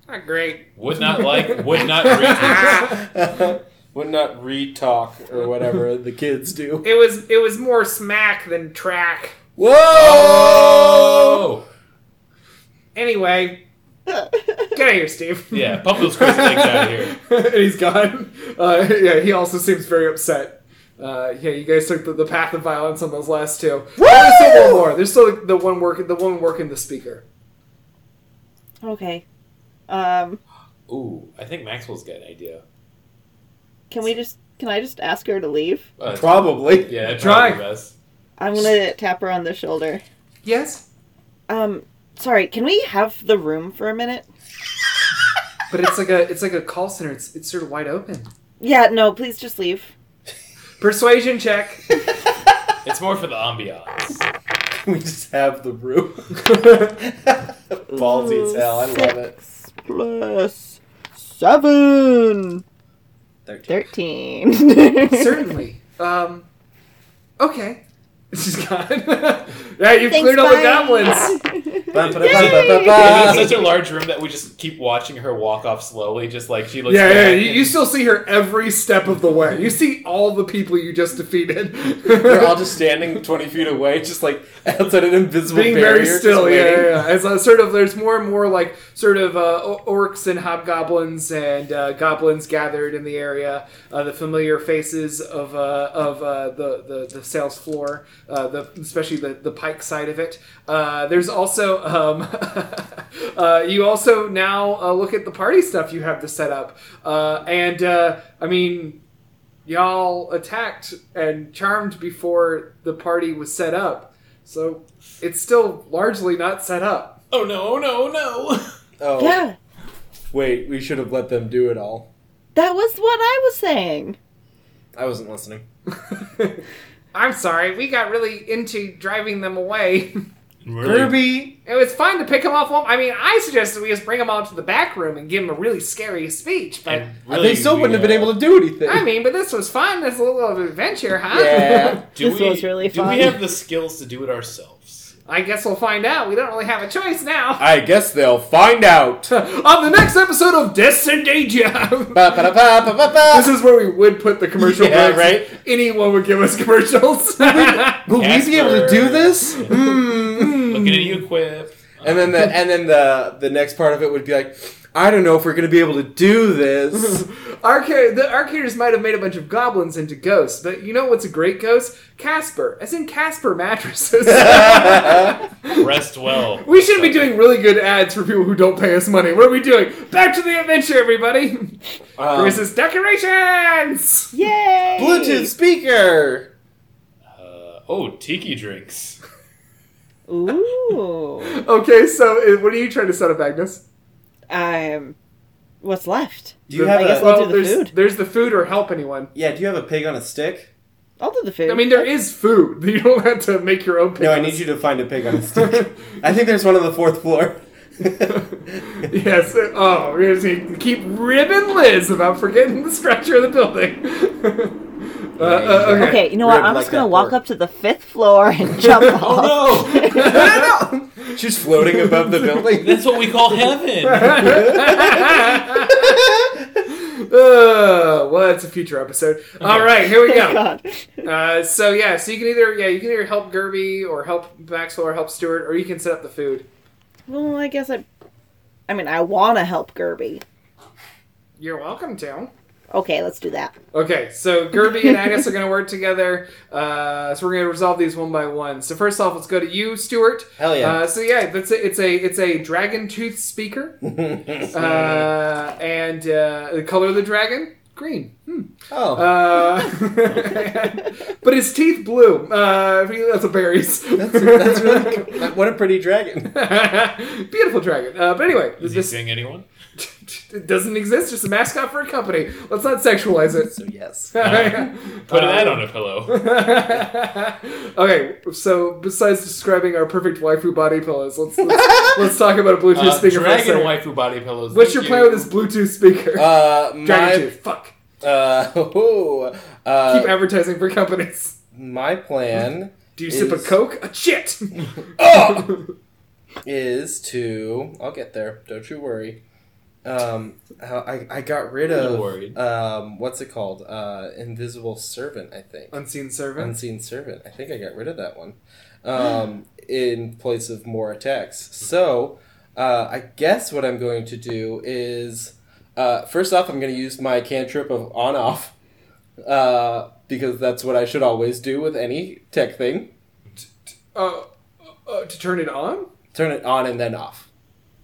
not great.
would not like. Would
<laughs>
not. Read
Would not re-talk or whatever the kids do.
It was it was more smack than track.
Whoa!
oh.
Anyway, get out of here, <laughs> Steve.
Yeah. Pump those crazy things out of here.
and <laughs> he's gone. Uh, yeah, he also seems very upset. Uh, yeah, you guys took the, the path of violence on those last two. There's still one more. There's still the one working the one working the speaker.
Okay. Um,
Ooh, I think Maxwell's got an idea.
can we just? Can I just ask her to leave?
Uh,
Probably.
yeah.
Try.
Probably best.
I'm gonna tap her on the shoulder.
Yes,
Um, sorry. Can we have the room for a minute?
but it's like a it's like a call center. It's it's sort of wide open.
Yeah. No. Please just leave.
Persuasion check.
It's more for the
Uh,
ambiance.
<laughs> we just have the room. <laughs> Ballsy as hell. I love it.
Six plus seven. Thirteen.
Certainly. Um, okay. <laughs> She's gone. <laughs> yeah, you
<laughs> Thanks,
cleared all the
bye. <laughs>
goblins.
It's
Ba-ba-ba-ba-ba-ba.
such a large room that we just keep watching her walk off slowly, just like she looks.
Yeah, yeah,
back
you,
and-
you still see her every step of the way. You see all the people you just defeated. <laughs>
They're all just standing 20 feet away, just like outside an invisible
being
barrier.
very
just
still. Yeah,
waiting.
yeah, yeah. As uh, sort of, there's more and more like sort of uh, o- orcs and hobgoblins and uh, goblins gathered in the area. Uh, the familiar faces of uh, of uh, the, the the sales floor uh, the especially the, the pike side of it. Uh, there's also um, <laughs> uh, you also now uh, look at the party stuff you have to set up, uh, and uh, I mean y'all attacked and charmed before the party was set up, so it's still largely not set up. <laughs>
Oh no! Oh no! Oh no!
Oh,
Yeah,
wait, we should have let them do it all.
that was what I was saying.
I wasn't <laughs> listening.
I'm sorry, we got really into driving them away. <laughs>
Ruby!
It was fun to pick him off. One, I mean, I suggested we just bring him out to the back room and give him a really scary speech. But
they still wouldn't have been able to do anything.
I mean, but this was fun. This little adventure, huh?
<laughs> yeah.
Do
This
we,
was really
do
fun.
we have the skills to do it ourselves?
<laughs> I guess we'll find out. We don't really have a choice now. <laughs>
I guess they'll find <laughs> out.
On the next episode of Descendagia.
Ba-ba-da-ba-ba-ba.
This is where we would put the commercial
Yeah,
breaks.
right?
Anyone would give us
<laughs>
commercials.
Will we be able to do this?
Looking at
Hmm.
you, Quip.
<laughs> And then the and then the the next part of it would be like, I don't know if we're gonna be able to do <laughs> this.
Arca- the arcaders might have made a bunch of goblins into ghosts, but you know what's a great ghost? Casper, as in Casper
<laughs>
mattresses.
Uh, Rest well.
we shouldn't be doing really good ads for people who don't pay us money. What are we doing? Back to the adventure, everybody!
Um,
Versus decorations!
Yay!
Bluetooth speaker.
Uh, oh, tiki
<laughs>
drinks.
Ooh,
Okay, so uh, what are you trying to set up, Agnes?
I'm. What's left?
Do you
I
have
guess
a
we'll do the
there's,
food.
there's the food or help anyone.
yeah? Do you have a pig on a stick?
I'll do the food.
I mean, there is food. <laughs> You don't have to make your own.
No, I need you to find a pig <laughs> on a stick. I think there's one on the fourth <laughs> floor.
Yes. Oh, we're gonna keep ribbing Liz about forgetting the structure of the building. <laughs> uh, uh, okay.
Okay, you know what?
Ribbed
I'm just
like
gonna
that Oh,
walk
pork.
up to the fifth floor and <laughs>
<laughs>
jump off.
Oh,
She's floating above <laughs> the building.
That's what we
<laughs>
call heaven.
Uh, well, that's a future episode. All right, here we
<laughs> Thank
go.
God.
Uh, so yeah, so you can either yeah you can either help Gerby or help Maxwell or help Stewart or you can set up the food.
Well, I guess I. I mean, I want to help Gerby.
You're welcome to.
Okay, let's do that. <laughs>
Okay, so Gerby and Agnes are going to work together. Uh, so we're going to resolve these one by one. So first off, let's go to you, Stuart.
Hell yeah.
Uh, so yeah, that's a, it's a it's a dragon tooth
<laughs>
speaker, uh, and uh, the color of the dragon green. Hmm.
Oh,
Uh, <laughs> but his teeth blue. Uh, that's a berries.
<laughs> that's, that's really that- what a pretty dragon.
<laughs> Beautiful dragon. Uh, but anyway,
Is he
this
seeing anyone?
it <laughs> doesn't exist. Just a mascot for a company. Let's not sexualize
<laughs>
it.
So yes.
Put
Uh,
that on
<laughs>
a pillow.
okay, so besides describing our perfect waifu body pillows, let's let's, let's talk about a Bluetooth
Uh,
speaker. for a
dragon
second.
waifu body pillows.
What's your
Thank
plan
you.
with this Bluetooth speaker?
Uh,
<laughs> Dragon
my
tooth. Fuck.
uh, <laughs> oh,
Keep
uh,
advertising for companies.
my plan
Do you sip a
is- Oh!
Coke? A
<laughs>
shit.
is to I'll get there. Don't you worry. Um, how- I I got rid
Not
of
worried.
um what's it called uh invisible servant I think
<laughs> Unseen servant.
unseen servant I think I got rid of that one um in place of more attacks so uh, I guess what I'm going to do is uh, first off I'm going to use my cantrip of on off uh, because that's what I should always do with any tech thing
Uh, uh, to turn it on.
turn it on and then off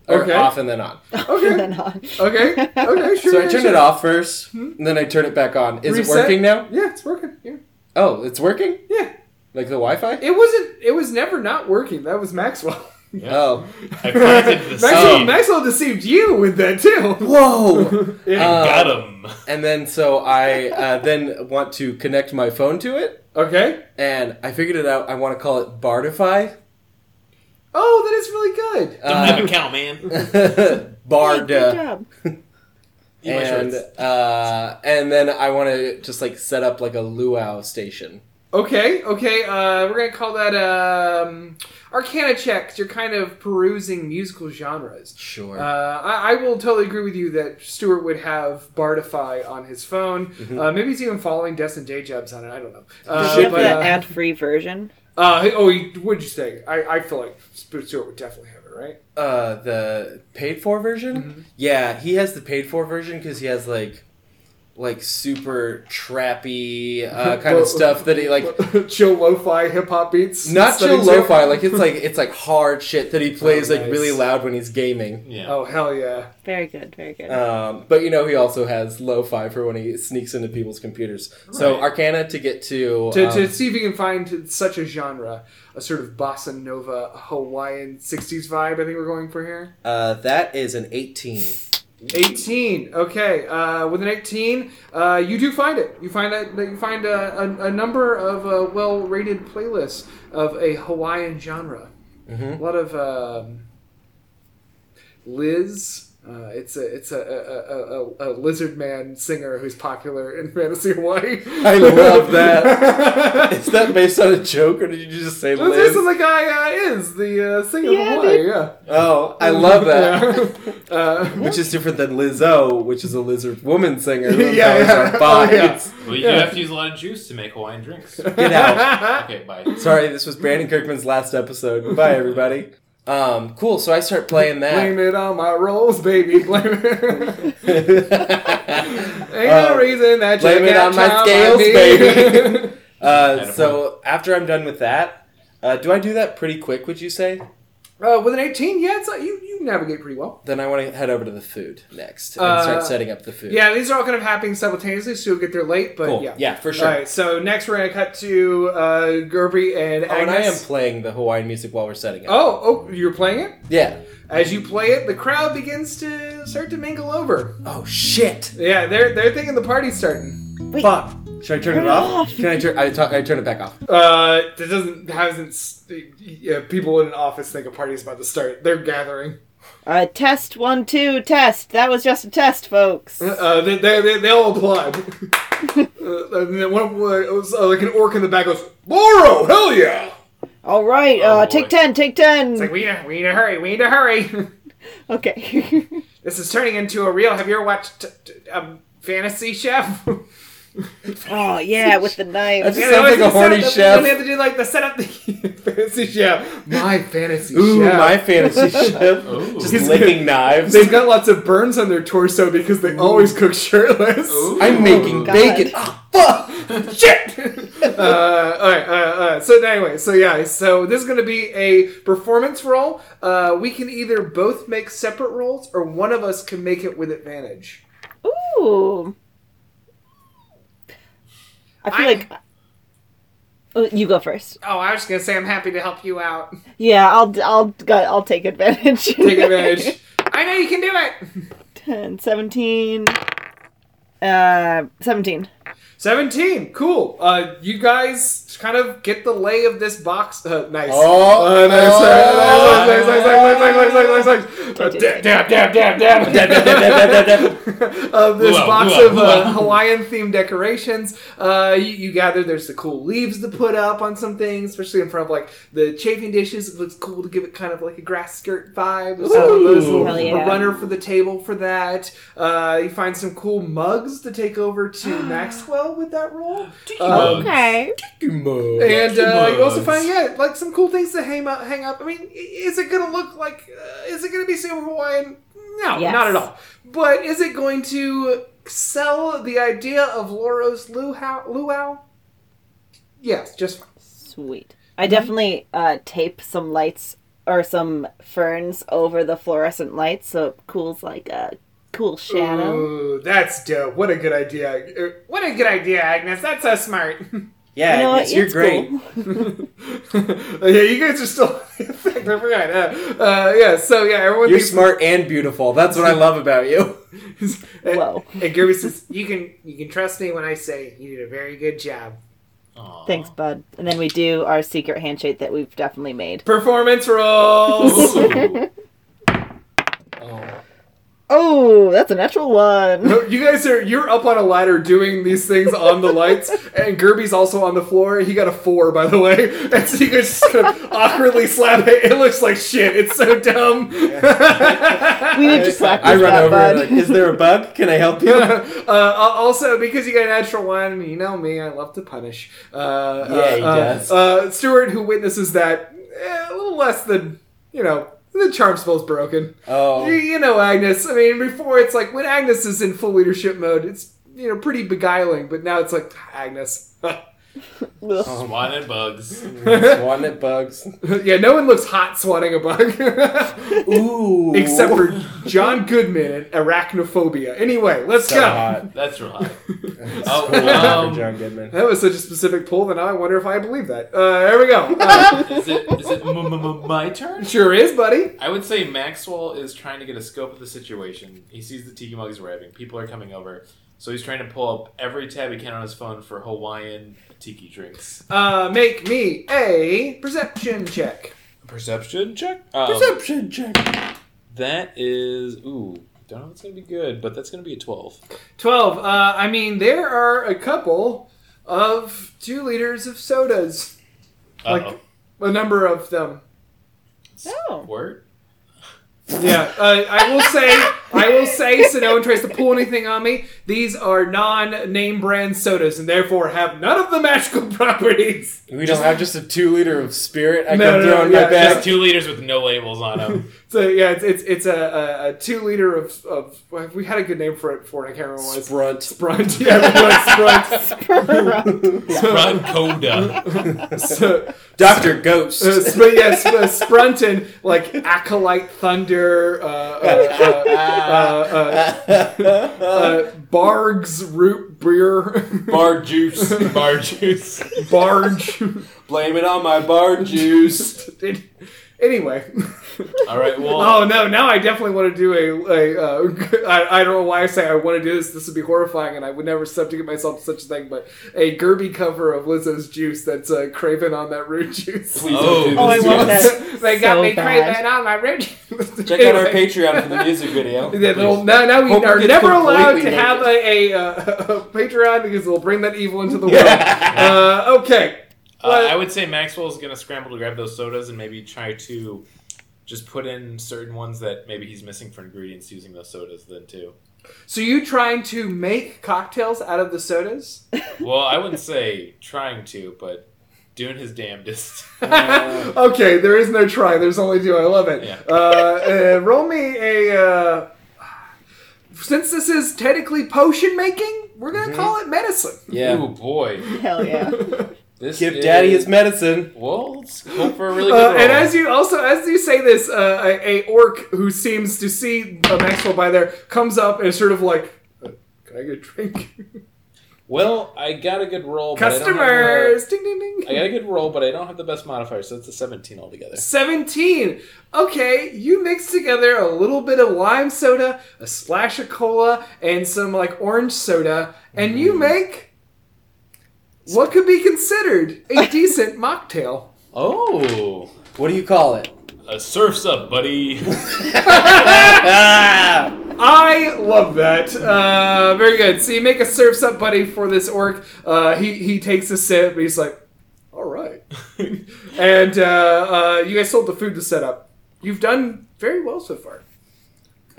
or
Okay.
off and
<laughs>
then on
And
Okay.
then on.
Okay. Okay. Sure.
<laughs> So I
yeah,
turn
sure. Hmm?
it off first, and then I turn it back on. Is
Reset.
it working now?
Yeah, it's working. Yeah.
Oh, it's working?
Yeah.
Like the Wi Fi?
It wasn't. It was never not working. That was
<laughs>
Maxwell. <laughs>
Oh.
<laughs> I planted the
Maxwell,
seed.
Maxwell deceived you with that
<laughs>
too. <laughs>
Whoa! Uh,
Got him. <laughs>
and then so I uh, then want to connect my phone to it,
Okay.
and I figured it out. I want to call it Bardify.
Oh, that is really good.
Don't have
Uh,
a cow,
<laughs>
man.
Hey,
<laughs> Bard.
good
uh,
job.
Eat my
and,
shorts.
uh, and then I want to just like set up like a luau station.
Okay, okay. Uh, we're gonna call that um, Arcana checks. You're kind of perusing musical genres.
Sure.
Uh, I, I will totally agree with you that Stewart would have Bardify on his phone.
Mm-hmm.
Uh, maybe he's even following Destin Day Jobs on it. I don't know. Uh,
Do you have
but,
the
uh,
ad-free version?
uh, oh, he- what'd you say? I, I feel like Sp- Stewart would definitely have it, right?
uh the paid for version yeah he has the paid for version because he has like like super trappy uh, kind of stuff that he like <laughs>
chill lo-fi hip hop beats.
not
Study
chill
to.
lo-fi like it's like it's like hard shit that he plays like
nice.
really loud when he's gaming
Yeah.
<laughs> Oh hell yeah!
Very good, very good.
Uh,
um, but you know he also has lo-fi for when he sneaks into people's computers so
Right.
arcana to get to,
To,
um,
to see if you can find such a genre, a sort of bossa nova Hawaiian '60s vibe. I think we're going for here.
uh, that is an 18
18 okay uh, with an 18 uh, you do find it you find that that you find a, a, a number of uh, well-rated playlists of a hawaiian genre
Mm-hmm.
a lot of um, liz uh, it's a it's a, a, a, a, a lizard man singer who's popular in <laughs> fantasy Hawaii.
I love
<laughs>
that. <laughs> is that based on a joke or did you just say
This is
Liz?
the guy uh, is the uh, singer
Yeah,
of Hawaii.
dude.
Yeah,
oh i love that
<laughs>
<laughs>
Yeah. Uh,
Which is different than Lizzo, which is a lizard woman
<laughs>
singer.
Yeah,
Those guys
yeah.
are bots.
Oh, yeah.
Well, you have to use a lot of juice to make Hawaiian
<laughs>
drinks.
Get out.
okay, bye.
Sorry, this was Brandon Kirkman's last episode. Bye, everybody. Um, cool. So I start playing
blame
that.
it on my rolls, baby. Blame it. <laughs>
<laughs>
Ain't no
Um,
reason that
blame
you
it
can't
on my
try
scales,
me.
baby. <laughs> uh, so after I'm done with that, uh, do I do that pretty quick? Would you say?
<laughs> uh, with an 18, yeah, it's, uh, you, you navigate pretty well.
Then I want to head over to the food next and
Uh,
start setting up the food.
Yeah, these are all kind of happening simultaneously, so you'll get there late, but
Cool.
yeah.
Yeah, for sure.
All right, so next we're going to cut to uh, Gerby and
Oh, and I am
Agnes.
playing the Hawaiian music while we're setting up.
oh, oh, you're playing it?
Yeah.
As you play it, the crowd begins to start to mingle over.
Oh shit.
Yeah, they're they're thinking the party's starting.
Wait,
Fuck. Should I turn
Turn
it
it
off?
off.
Can I turn? I, talk, I turn it back off.
Uh, that doesn't hasn't. s- Yeah, people in an office think a party's about to start. They're gathering.
uh, test one, two, test. That was just a test, folks.
Uh, they, they, they, they all applaud. <laughs> uh, and then one of uh, it was, uh, like an orc in the back goes, Lauro, hell yeah!
All right,
Oh,
uh,
boy.
take ten, take ten.
It's like, we, we need to hurry, we need to hurry. <laughs>
okay. <laughs>
this is turning into a real, have you ever watched t- t- um, Fantasy Chef? <laughs> Yeah,
oh yeah, with the
That's
knife.
just-
they
sounds
always
like a
do
horny
setup-
chef.
when They have to do like the setup, <laughs> the Fantasy Chef. My Fantasy
Ooh,
Chef. <laughs>
my fantasy ship.
Ooh.
Just licking knives.
They've got lots of burns on their torso because they always cook shirtless.
I'm
Oh
making
God.
bacon. Ah,
<laughs>
fuck.
shit. uh, all right, uh, uh, so anyway, so yeah, so this is going to be a performance roll. Uh, we can either both make separate rolls, or one of us can make it with advantage.
Ooh. I
I-
feel like. uh, Oh, you go first.
Oh, I was just going to say I'm happy to help you out.
Yeah, I'll I'll go- I'll take
<laughs>
advantage.
Take
<laughs>
advantage. I know you can do it.
10, 17, uh, 17.
Seventeen, cool. Uh, you guys kind of get the lay of this box. Uh, nice.
Oh,
Uh, nice,
oh.
nice, nice, nice, nice, nice, nice, nice, nice, nice, nice. Uh, dab, dab, dab, dab, dab.
Da, da, da, da, da, da, da.
<laughs> of this
Whoa,
box
whoa,
of uh,
whoa.
Hawaiian themed decorations. Uh, you, you gather there's the cool leaves to put up on some things, especially in front of like the chafing dishes. It looks cool to give it kind of like a grass skirt vibe. So there's a,
hell
little,
yeah.
a runner for the table for that. Uh, you find some cool mugs to take over
<gasps>
to Maxwell with that roll. Um,
Okay.
and uh, you also
mugs.
find yeah, like some cool things to hang up. Hang up. I mean, i- is it gonna look like? Uh, is it gonna be super Hawaiian? No,
Yes.
not at all. But is it going to sell the idea of Loro's luau? luau? Yes, just fine.
Sweet. I definitely uh, tape some lights or some ferns over the fluorescent lights so it cools like a cool
Mm.
shadow.
Ooh, that's dope. What a good idea. Uh, What a good idea, Agnes. That's so smart.
<laughs>
<laughs>
Yeah,
You know what?
yes, you're
It's
great.
cool. <laughs>
yeah, you guys are still. <laughs> in fact, I forgot. Uh, uh, yeah, so yeah, everyone.
You're
thinks-
smart and beautiful. That's what I love about you.
and,
Whoa.
And Gerby says, "You can you can trust me when I say you did a very good job."
Aw.
Thanks, bud. And then we do our secret handshake that we've definitely made.
Performance <laughs> rolls.
<laughs>
Ooh.
Oh, that's a natural one.
No, you guys are you're up on a ladder doing these things on the lights, and Gerby's also on the floor. He got a four, by the way, <laughs> and so you guys just kind of awkwardly slap it. It looks like shit. It's so dumb.
<laughs> We need to slap
I
this
run
out,
over.
bud.
and like, Is there a bug? Can I help
<laughs>
you?
uh, al- also, because you got a natural one, you know me, I love to punish. Uh,
Yeah, he
uh, uh,
does.
Uh, Stuart, who witnesses that, eh, a little less than you know. The charm spell's broken.
Oh.
You, you know Agnes. I mean, before it's like when Agnes is in full leadership mode, it's you know, pretty beguiling, but now it's like "Ah, Agnes. <laughs>
Ugh.
Swan and bugs.
Swan at bugs.
yeah, no one looks hot swatting a bug. <laughs>
Ooh.
Except for John Goodman and arachnophobia. Anyway, let's
so
go.
hot.
That's real
<laughs>
hot.
Oh,
um,
for John Goodman.
That was such a specific pull that now I wonder if I believe that. Uh, there we go. Uh, <laughs>
Is it, is it m- m- m- my turn?
sure is, buddy.
I would say Maxwell is trying to get a scope of the situation. He sees the tiki mugs arriving. People are coming over. So he's trying to pull up every tab he can on his phone for Hawaiian tiki drinks.
Uh, make me a perception check.
Perception check? Um,
Perception check.
That is. Ooh. Don't know if it's going to be good, but that's going to be a 12.
12. Uh, I mean, there are a couple of two liters of sodas.
Uh-oh.
Like- A number of them.
Oh.
Squirt?
Yeah, uh, I will say, I will say, so no one tries to pull anything on me. These are non-name brand sodas, and therefore have none of the magical <laughs> properties.
We don't have just a two liter of spirit I
No,
can
no,
throw
no,
in
yeah,
my bag.
Just two liters with no labels
<laughs>
on them.
So yeah, it's it's, it's a, a, a two liter of, of we had a good name for it before, and I can't remember what it's.
Sprunt.
Sprunt, <laughs> yeah, everyone's
Run
<laughs>
Coda.
sprunt. So,
Dr. Ghost.
<laughs> uh, sp- yeah, sp- uh, sprunton, like acolyte thunder, uh, uh, uh, uh, uh, uh, Barg's root beer, <laughs>
bar juice.
Bar juice.
barge. <laughs>
Blame it on my bar juice.
anyway,
All right, well.
oh no, now I definitely want to do a. a uh, <laughs> I, I don't know why I say I want to do this. This would be horrifying, and I would never subjugate myself to such a thing. But a Gerby cover of Lizzo's Juice that's uh, craven on that root juice.
Please
Oh.
don't do this.
Oh, I
to
want
us.
that.
<laughs> they got
so
me
bad.
craven on my root <laughs> juice.
Check out our
Anyway.
Patreon for the music video.
Yeah, they'll- now, now we
Hope it
are
gets
never allowed to
completely
have a, a, uh, <laughs> a Patreon because we'll bring that evil into the world. Uh, okay.
Uh, I would say Maxwell's going to scramble to grab those sodas and maybe try to just put in certain ones that maybe he's missing for ingredients using those sodas then too.
So you trying to make cocktails out of the sodas?
Well, I wouldn't say trying to, but doing his <laughs> damnedest.
<laughs> okay, there is no try. There's only do. I love it.
Yeah.
Uh, uh, roll me a. Uh, since this is technically potion making, we're gonna call it medicine.
Yeah.
Ooh boy,
<laughs>
Hell yeah.
this
Give daddy his
is-
medicine.
Well, let's hope for a really good
Uh,
roll.
and as you also as you say this, uh, a, a orc who seems to see uh, Maxwell by there comes up and is sort of like, uh, "Can I get a drink?" <laughs>
well, I got a good roll. but I don't have
Customers, ding ding
the- I
ding.
got a good roll, but I don't have the best modifier, so it's a seventeen altogether.
Seventeen. Okay, you mix together a little bit of lime soda, a splash of cola, and some like orange soda, and you
Mm.
make what could be considered
<laughs>
a decent mocktail.
Oh,
What do you call it?
a Uh, surf's up, buddy.
Ah!
I love that. Uh, very good. So you make a surfs up buddy for this orc. Uh, he he takes a sip and he's like, "All right." <laughs> and uh, uh, you guys sold the food to set up. You've done very well so far.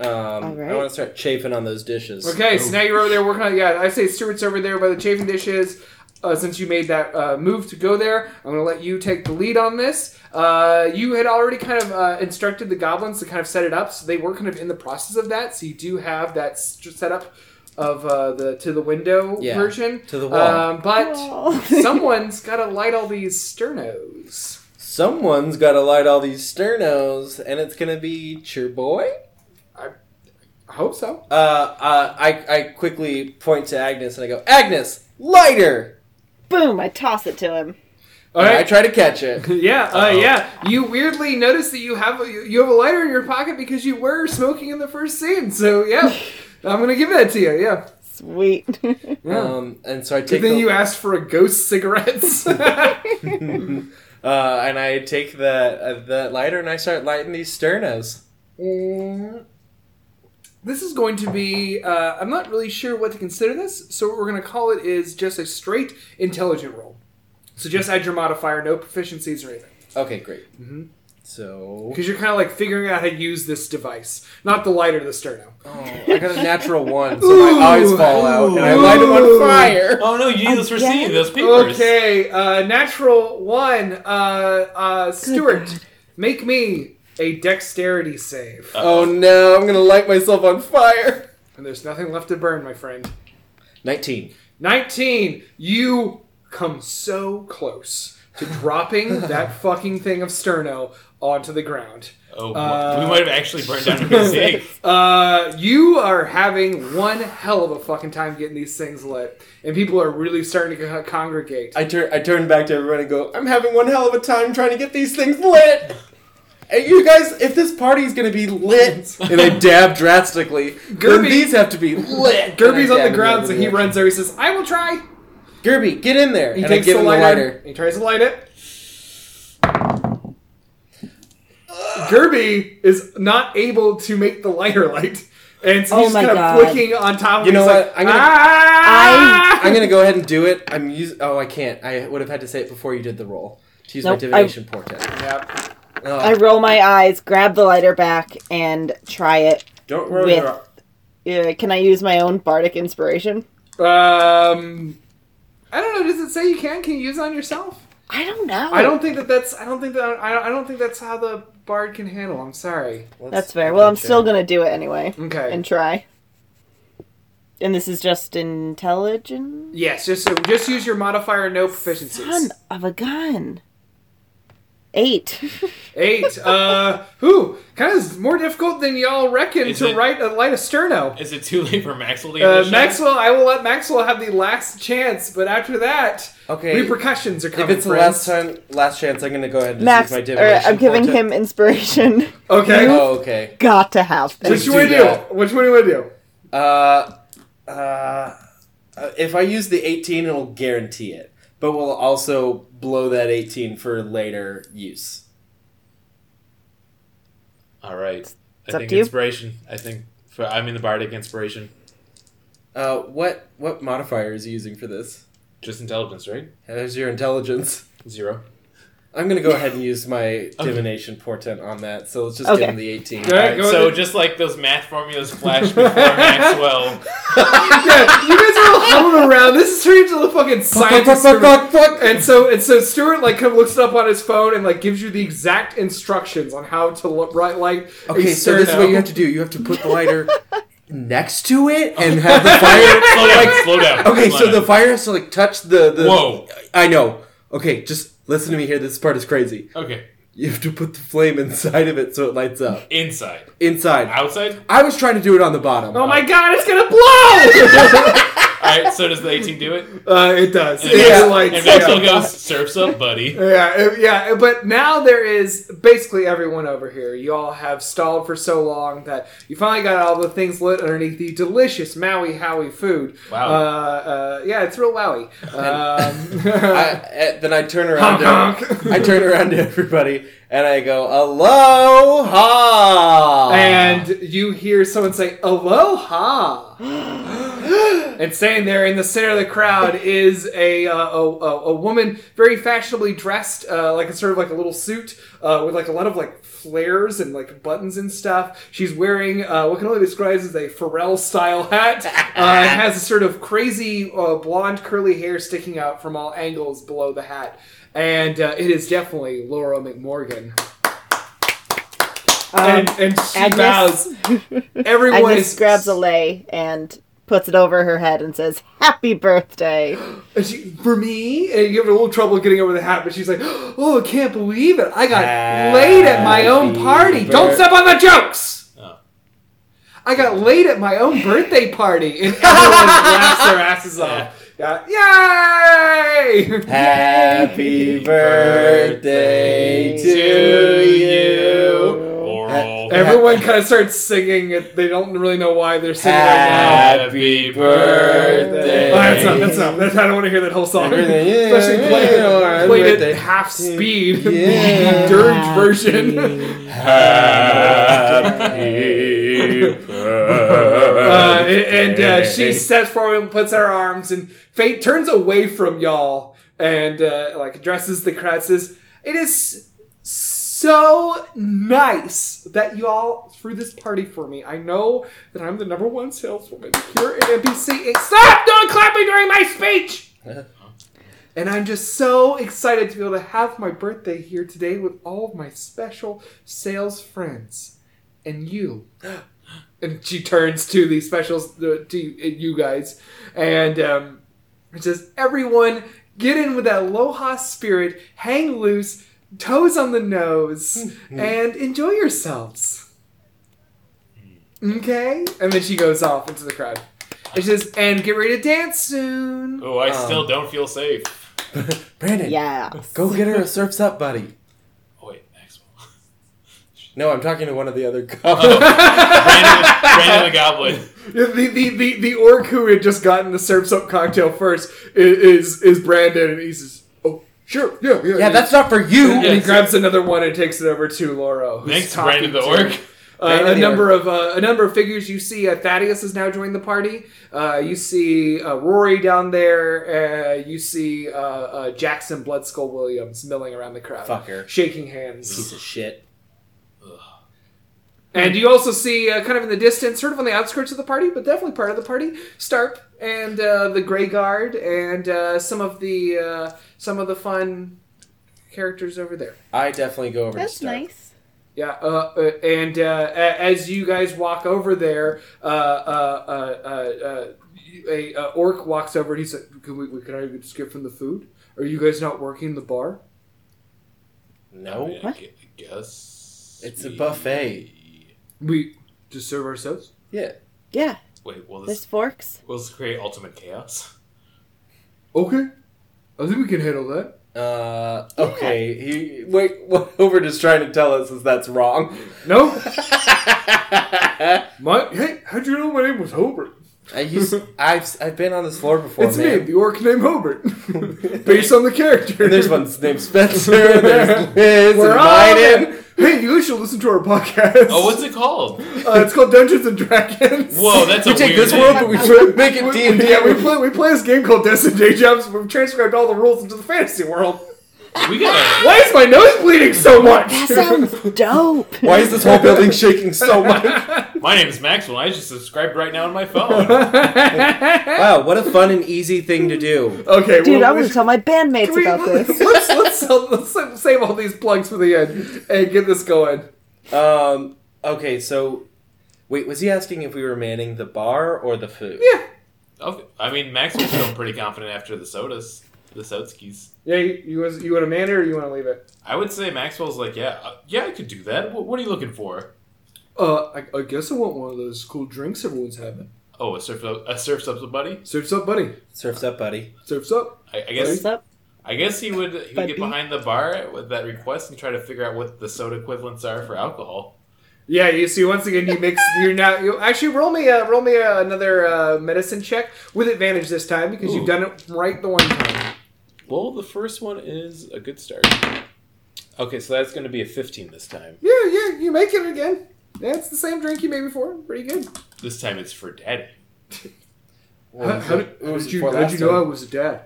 Um,
right.
I want to start chafing on those dishes.
Okay, so now you're over there working on. Yeah, I say Stuart's over there by the chafing dishes. Uh, since you made that uh, move to go there, I'm going to let you take the lead on this. Uh, you had already kind of uh, instructed the goblins to kind of set it up, so they were kind of in the process of that. So you do have that st- setup of uh, the to the window
Yeah,
version
to the wall.
Um, but
Oh.
someone's got to light all these sternos.
Someone's got to light all these sternos, and it's going to be Cheer Boy?
I hope so.
Uh, uh, I, I quickly point to Agnes and I go, Agnes, lighter!
Boom! I toss it to him.
All
And I
right.
try to catch
<laughs>
it.
Yeah, uh, yeah. You weirdly notice that you have a, you you have a lighter in your pocket because you were smoking in the first scene. So
<laughs>
yeah, I'm gonna give that to you. Yeah.
Sweet.
Um, and so I
But
take
then
the,
you asked for a ghost
<laughs>
cigarettes. <laughs>
uh, and I take the uh, the lighter and I start lighting these sternos.
Mm. this is going to be. Uh, I'm not really sure what to consider this. So what we're gonna call it is just a straight intelligent roll. So just add your modifier, no proficiencies or anything.
Okay, great.
Mm-hmm.
So
Because you're kind of like figuring out how to use this device, not the lighter, the sterno.
oh, I got a natural one, so my eyes fall out, and I light them
Ooh.
on fire.
<laughs> Oh no, you need those
Again?
receive those papers.
Okay, uh, natural one. Uh, uh, Stuart, make me a dexterity save.
Oh no, I'm gonna light myself on fire.
And there's nothing left to burn, my friend.
Nineteen.
19. You come so close to dropping that fucking thing of sterno onto the ground.
Oh,
Uh,
we might have actually
<laughs>
burned down a mistake.
Uh, you are having one hell of a fucking time getting these things lit, and people are really starting to co- congregate.
I turn. I turn back to everyone and go. I'm having one hell of a time trying to get these things lit. And you guys, if this party's gonna
<laughs>
be lit, and I dab drastically, then
Gerby-
these have to be lit.
Gerby's
And I
on the
dab
ground, so
in
he
other
runs over. He says, "I will try."
direction. Gerby, get in there.
He
and I
takes
give
the
him
lighter.
the lighter.
He tries to light it. Gerby is not able to make the lighter light, and so
Oh
he's
my
kind of
God.
flicking on top. of
You
it.
know
He's
what?
Like,
I'm gonna-
"Ah!"
I'm
<laughs>
gonna go ahead and do it. I'm use. Oh, I can't. I would have had to say it before you did the roll to use my
Nope, I-
divination portent.
Yep.
<laughs>
Oh,
I roll my eyes, grab the lighter back, and try it.
don't roll
with-
your.
Uh, can I use my own bardic inspiration?
Um, I don't know. Does it say you can? Can you use it on yourself?
I don't know.
I don't think that that's. I don't think that. I don't, I don't think that's how the bard can handle. I'm sorry.
Let's-
That's fair. Well, I'm
Okay.
still gonna do it anyway
Okay.
and try. And this is just intelligence.
yes. Just so, just use your modifier. No proficiencies.
Son of a gun. Eight.
Eight. Uh, who? Kind of more difficult than y'all reckon
Is
to
it-
write a light of sterno.
Is it too late for Maxwell to get
Uh,
a shot?
Maxwell, I will let Maxwell have the last chance, but after that,
Okay.
repercussions are
If
coming.
it's the last time, last chance, I'm gonna go ahead and just
<laughs> Max,
use
or uh,
my divination.
I'm giving
portent.
him inspiration. <laughs>
okay.
Oh, okay.
Got to have
Which
this.
one do
do
you want to
that.
do? Which one do you want to do?
Uh, uh, if I use the 18, it'll guarantee it, but we'll also blow that 18 for later use.
All right. I
up
think
to you.
inspiration. I think for I mean the bardic inspiration,
Uh, what what modifier is he using for this?
just intelligence, right?
There's your intelligence.
Zero.
I'm gonna go ahead and use
<laughs>
my divination portent on that. So let's just give
Okay.
him the 18.
All right,
Alright,
go with
so
it.
just like those math formulas flash before Maxwell,
yeah, you guys are all humming around. This is turning into the fucking
Fuck,
science
fuck, fuck,
experiment.
fuck, fuck.
And so and so Stuart like kind of looks it up on his phone and like gives you the exact instructions on how to look right like
Okay, so this is what you have to do. You have to put the lighter next to it and have
<laughs>
the
slow
fire.
down,
like,
slow down.
okay,
slow
so the
down.
fire has to like touch the the.
whoa.
I know. Okay, just listen to me here. This part is crazy.
Okay,
You have to put the flame inside of it so it lights up
inside,
inside.
outside.
I was trying to do it on the bottom.
Oh my god, it's gonna blow! <laughs>
All right. So does the eighteen do it?
uh, it does.
And
It
Yeah.
lights
And
up.
Maxwell goes, "Surfs up, buddy."
Yeah, it- yeah, but now there is basically everyone over here. You all have stalled for so long that you finally got all the things lit underneath the delicious Maui Howie food.
Wow.
Uh, uh, yeah, it's real wowie.
I,
Um,
uh, then I turn around.
honk,
To,
honk.
I turn around to everybody and I go, "Aloha!"
and you hear someone say aloha and standing there in the center of the crowd is a uh, a, a, a woman very fashionably dressed uh, like a sort of like a little suit uh, with like a lot of like flares and like buttons and stuff she's wearing uh, what can only be described as a pharrell style hat
<laughs>
uh, it has a sort of crazy uh, blonde curly hair sticking out from all angles below the hat and uh, it is definitely laura mcmorgan
Um,
and, and she
Agnes-
bows. Everyone
Agnes
is
grabs a lei and puts it over her head and says, "Happy birthday."
And she- for me. And you have a little trouble getting over the hat, but she's like, "Oh, I can't believe it! I got laid at my own
Happy
party.
bir-
Don't step on the jokes."
Oh.
I got laid at my own birthday party, and everyone <laughs> laughs their asses off. Yeah. Yay!
Happy birthday to you.
Oral.
Everyone kind of starts singing. It. They don't really know why they're singing right now.
Happy birthday.
Oh, that's not. That's not. That's, I don't want to hear that whole song.
Everything, yeah,
Especially
yeah,
played,
yeah,
played
birthday.
at half speed,
Yeah.
the <laughs> dirge version.
Happy
Uh, and and, uh, she steps forward and puts her arms and Fate turns away from y'all and uh, like addresses the crowd. Says, "It is so nice that y'all threw this party for me. I know that I'm the number one saleswoman here at NBC. Stop! Don't clap me during my speech." And I'm just so excited to be able to have my birthday here today with all of my special sales friends. And you. and she turns to the specials the- to you guys and um, it says everyone get in with that aloha spirit hang loose toes on the
<laughs>
nose and enjoy yourselves okay and then she goes off into the crowd it says and get ready to dance soon
Oh, I
Um,
still don't feel safe.
Brandon,
Yeah.
go get her a Surf's Up buddy.
Oh wait, Maxwell.
No, I'm talking to one of
<laughs>
the other
Oh,
cops.
Brandon, Brandon the Goblin.
The, the, the, the orc who had just gotten the serves up cocktail first i- is, is, is Brandon, and he says, Oh, sure, yeah, yeah.
yeah, that's not for you.
And he
Yes.
grabs another one and takes it over to Laura. who's
Thanks,
talking
Brandon the
to-
Orc.
Uh,
Brandon
a
the
number of uh, a number of figures you see. Uh, Thaddeus has now joined the party. Uh, you see uh, Rory down there. Uh, you see uh, uh, Jackson Bloodskull Williams milling around the crowd,
Fucker.
shaking hands.
Piece of shit.
And you also see, uh, kind of in the distance, sort of on the outskirts of the party, but definitely part of the party, Starp and uh, the Grey Guard and uh, some of the uh, some of the fun characters over there.
I definitely go over to
That's
Stark.
nice.
Yeah, uh, uh, and uh, a- as you guys walk over there, uh, uh, uh, uh, uh, a, a orc walks over and he said, "Can we? Can I just get from the food? Are you guys not working the bar?"
I
No.
mean, I
What?
gu- I guess
It's a buffet.
We to serve ourselves.
Yeah.
Yeah.
Wait, will
There's
this
forks.
will this create ultimate chaos?
Okay, I think we can handle that.
Uh, okay. He, wait, <laughs> what Hobart is trying to tell us is that's wrong.
<laughs>
No,
I
my hey, how'd you know my name was Hobart?
<laughs> used, I've, I've been on this floor before,
it's
man.
me, the orc named
<laughs>
Hobart, based on the character.
And there's one
<laughs>
named Spencer, <laughs> and there's Liz,
We're
and
all
Biden.
Hey, you guys should listen to our podcast.
Oh, what's it <laughs> called?
Uh, it's called Dungeons
<laughs>
and Dragons.
Whoa, that's
We
a
take
weird
this
name.
world, but we try to make it
We-
D and
Yeah, we
D.
play we play this game called Deaths and Day Jobs. We've transcribed all the rules into the fantasy world.
We got
Why is my nose bleeding so much?
That sounds dope.
Why is this whole building shaking <laughs> so much?
a, My name's Maxwell. I just subscribed right now on my
<laughs>
phone.
Wow, what a fun and easy thing to do.
okay,
Dude,
well,
I'm
we
gonna
should-
tell my bandmates
can we- <laughs>
about this.
Let's let's, let's let's save all these plugs for the end and get this going.
Um, okay, so wait, was he asking if we were manning the bar or the food?
Yeah,
okay. I mean, Maxwell's feeling pretty confident after the sodas, the Sotskis.
yeah. You you, was- you want to man it or you want to leave it?
I would say Maxwell's like, yeah, uh, yeah, I could do that. What, what are you looking for?
Uh, I, I guess I want one of those cool drinks everyone's having.
Oh, a surf, a surf subs buddy.
Surf's up, buddy.
Surf's up, buddy.
Surf's up.
I, I
What's
guess
up?
I guess he would he would
Buddy.
get behind the bar with that request and try to figure out what the soda equivalents are for alcohol.
Yeah, you see, once again, you mix. You're now. You actually roll me a roll me a, another uh, medicine check with advantage this time because you've
Ooh.
done it right the one time.
Well, the first one is a good start. Okay, so that's going to be a 15 this time.
Yeah, yeah, you make it again. Yeah, it's the same drink you made before. Pretty good.
This time it's for Daddy.
was a dad?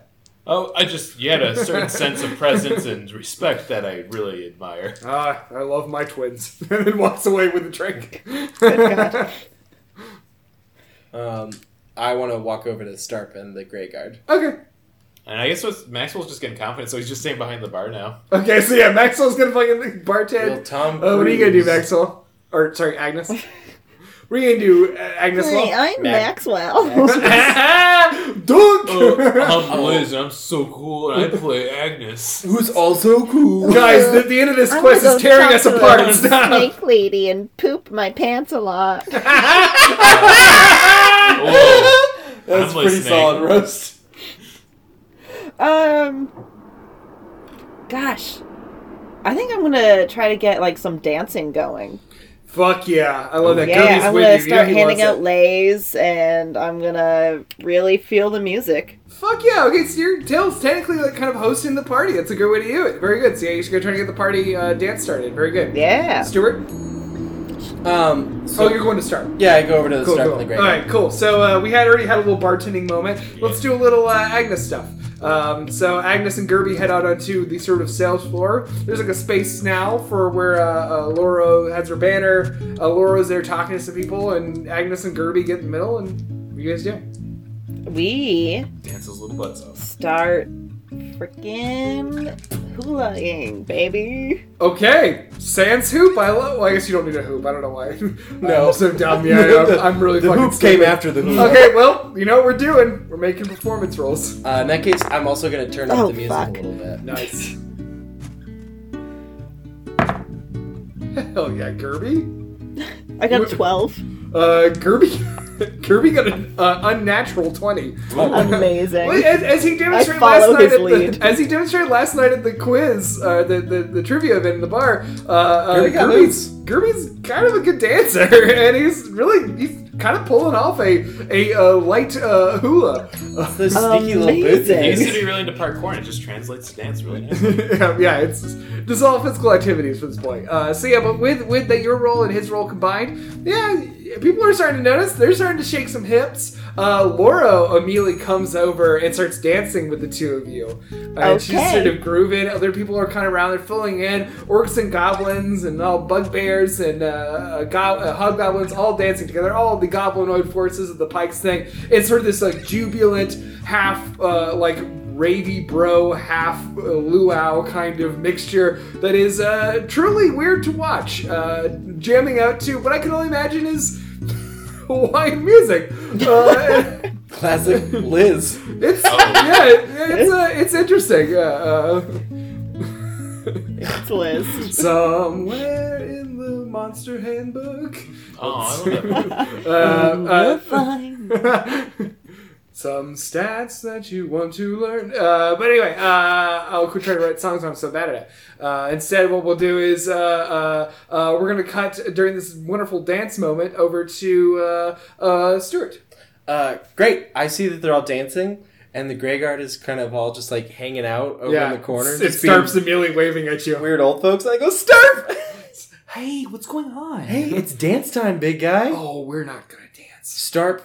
Oh, I just you had a <laughs> certain sense of presence and respect that I really admire.
Ah, I love my twins. <laughs> and then walks away with a drink.
God.
Um, I want to walk over to Starp and the Grey Guard.
<laughs> okay.
And I guess what's, Maxwell's just getting confident, so he's just staying behind the bar <laughs> now.
Okay, so yeah, Maxwell's gonna fucking
Little
bartend.
Tom.
Uh, what are you gonna do,
Cruise.
Maxwell? Or, sorry,
<laughs>
Agnes. what are you gonna do, uh, Agnes?
Hey,
Law?
I'm
Mag-
Maxwell.
<laughs> Dunk!
Liz, and I'm so cool, and <laughs> I play Agnes.
Who's also
<laughs>
cool?
Guys, the, the end of this
I'm
quest
gonna
is
go
tearing
talk
us
to
apart.
a
Stop.
Snake lady and poop my pants a lot.
Whoa.
That's
I'm
pretty
listening.
solid roast.
Um, gosh, I think I'm gonna try to get like some dancing going.
<laughs> Fuck yeah. I love that.
yeah,
Cody's
I'm
with
gonna
you. You know
start
he
handing
wants it.
out lays, and I'm gonna really feel the music.
Fuck yeah! Okay, so your tail's technically like kind of hosting the party. That's a good way to do it. Very good. So yeah, you're just gonna try to get the party uh, dance started. Very good.
Yeah.
Stuart.
Um,
Oh,
so,
you're going to start.
yeah, I go over to the
Cool,
Starp
cool.
and the Grey
All
Guard.
right, cool. So uh, we had already had a little bartending moment. Let's do a little uh, Agnes stuff. Um, so Agnes and Gerby head out onto the sort of sales floor. There's like a space now for where uh, uh, Laura has her banner. Uh, Laura's there talking to some people, and Agnes and Gerby get in the middle. And what you guys do?
We
Dances little butts off.
start freaking Hulaing, baby.
Okay, sans hoop. I love. Well, I guess you don't need a hoop. I don't know why. <laughs>
No.
I'm so
<laughs>
dumb. Yeah, I'm, I'm really
the
fucking
hoop
stupid.
came after the hoop.
Okay, well, you know what we're doing. We're making performance rolls.
Uh, in that case, I'm also going to turn up
Oh,
the music
fuck.
a little bit.
Nice. <laughs> Hell yeah, Gerby.
I got a
Wh-
12.
Uh, Gerby. Kirby <laughs> got an uh, unnatural twenty. Well,
Amazing.
as, as he demonstrated
I
last
follow
night,
his
at
lead.
the, as he demonstrated last night at the quiz, uh, the, the the trivia event in the bar, uh, uh,
Kirby got
Kirby's, Kirby's kind of a good dancer, <laughs> and he's really he's kind of pulling off a a uh, light uh, hula. <laughs>
It's those sneaky little boots.
Amazing.
He
it
used to
is.
be really into parkour and it just translates to dance really nice.
yeah, it's this is all physical activities for this point. Uh, so yeah, but with with that your role and his role combined, yeah, people are starting to notice. They're starting to shake some hips. Uh, Laura immediately comes over and starts dancing with the two of you. Uh, and She's
Okay.
sort of grooving. Other people are kind of around. They're filling in. Orcs and goblins and all bugbears and uh, go- uh, hobgoblins all dancing together. All the goblinoid forces of the Pikes thing. It's sort of this like jubilant half uh, like ravey bro half uh, luau kind of mixture that is uh, truly weird to watch uh, jamming out to what i can only imagine is <laughs> hawaiian music uh,
Classic Liz.
it's yeah it, it's, uh, it's interesting uh, uh,
It's Liz.
somewhere in the monster handbook
Oh, I love
<laughs>
that.
uh, uh,
Fine.
<laughs> some stats that you want to learn. Uh, but anyway, uh, I'll quit trying to write songs. I'm so bad at it. Uh, instead, what we'll do is uh, uh, uh, we're gonna cut during this wonderful dance moment over to uh, uh, Stuart.
Uh, great. I see that they're all dancing, and the Grey Guard is kind of all just like hanging out over in the corner.
It
just being
starts immediately waving at you.
Weird old folks. And I go, Starp! <laughs>
Hey, what's going on?
hey, it's dance time, big guy.
Oh, we're not gonna dance.
Starp,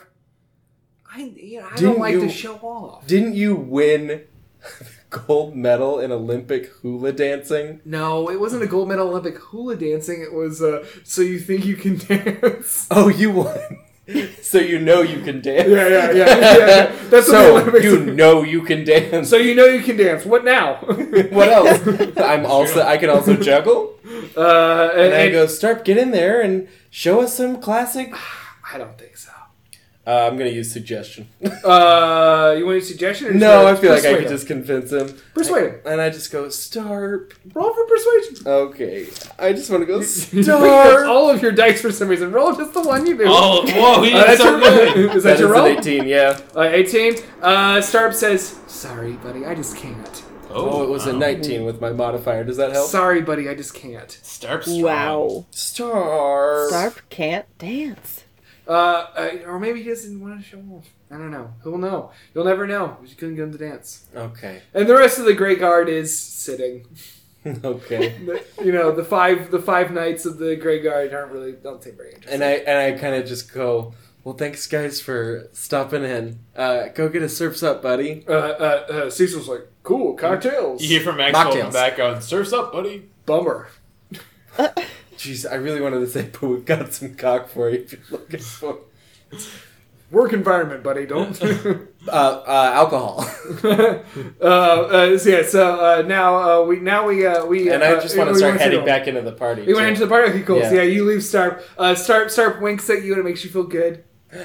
I, you know, I
Didn't
don't like
you-
to show off.
didn't you win <laughs> gold medal in Olympic hula dancing?
No, it wasn't a gold medal Olympic hula dancing. It was uh, so you think you can <laughs> dance.
Oh, you won. <laughs> so you know you can dance.
Yeah, yeah, yeah, yeah, yeah. That's what the
so
Olympics-
you know you can dance.
So you know you can dance. What now?
<laughs>
<laughs> Uh,
what else? I'm also I can also juggle.
Uh, and,
And I
and-
go, Starp, get in there and show us some classic. <sighs>
I don't think so.
Uh, I'm gonna use suggestion.
Uh, you want a suggestion? Or
no, I
just-
feel like I
persuade
could
him?
just convince him.
persuade him.
And I just go, Starp.
Roll for
<laughs>
persuasion.
Okay, I just want
<laughs>
to go,
You picked up
Starp.
all of your dice for some reason. Roll just the one you do.
Oh, whoa, he
Uh,
did
that's
so
your, <laughs>
good.
is that,
That
your
is
roll?
an 18, yeah.
Uh, 18. Uh, Starb says, "Sorry, buddy, I just can't.
Oh, it was a
wow.
19 with my modifier. Does that help?
Sorry, buddy, I just can't."
Starp strong.
Wow.
Starp.
Starp can't dance.
Uh, uh, or maybe he doesn't want to show off. I don't know. Who'll know? You'll never know. You couldn't get him to dance.
Okay. <laughs>
And the rest of the Grey Guard is sitting.
Okay.
The- you know, the five the five knights of the Grey Guard aren't really don't seem very interesting.
and I and I kind of just go, well, thanks guys for stopping in. Uh, go get a surfs up, buddy.
uh, uh, uh, Cecil's like, cool, cocktails.
<laughs> You hear from Maxwell in
Mocktails.
the background, surf's up, buddy.
Bummer.
Jeez, I really wanted to say, <laughs> but we've got some cock for you if you're looking for
Work environment, buddy.
<laughs>
Don't. <laughs>
uh, uh, alcohol. <laughs>
uh, uh, so yeah, so uh, now uh, we now we uh, we
and
uh,
I just want
we
to start
went
heading
the-
back into the party.
We went into the party. Okay, cool. So yeah,
Yeah.
you leave Starp. Uh, Starp Starp winks at you and it makes you feel good.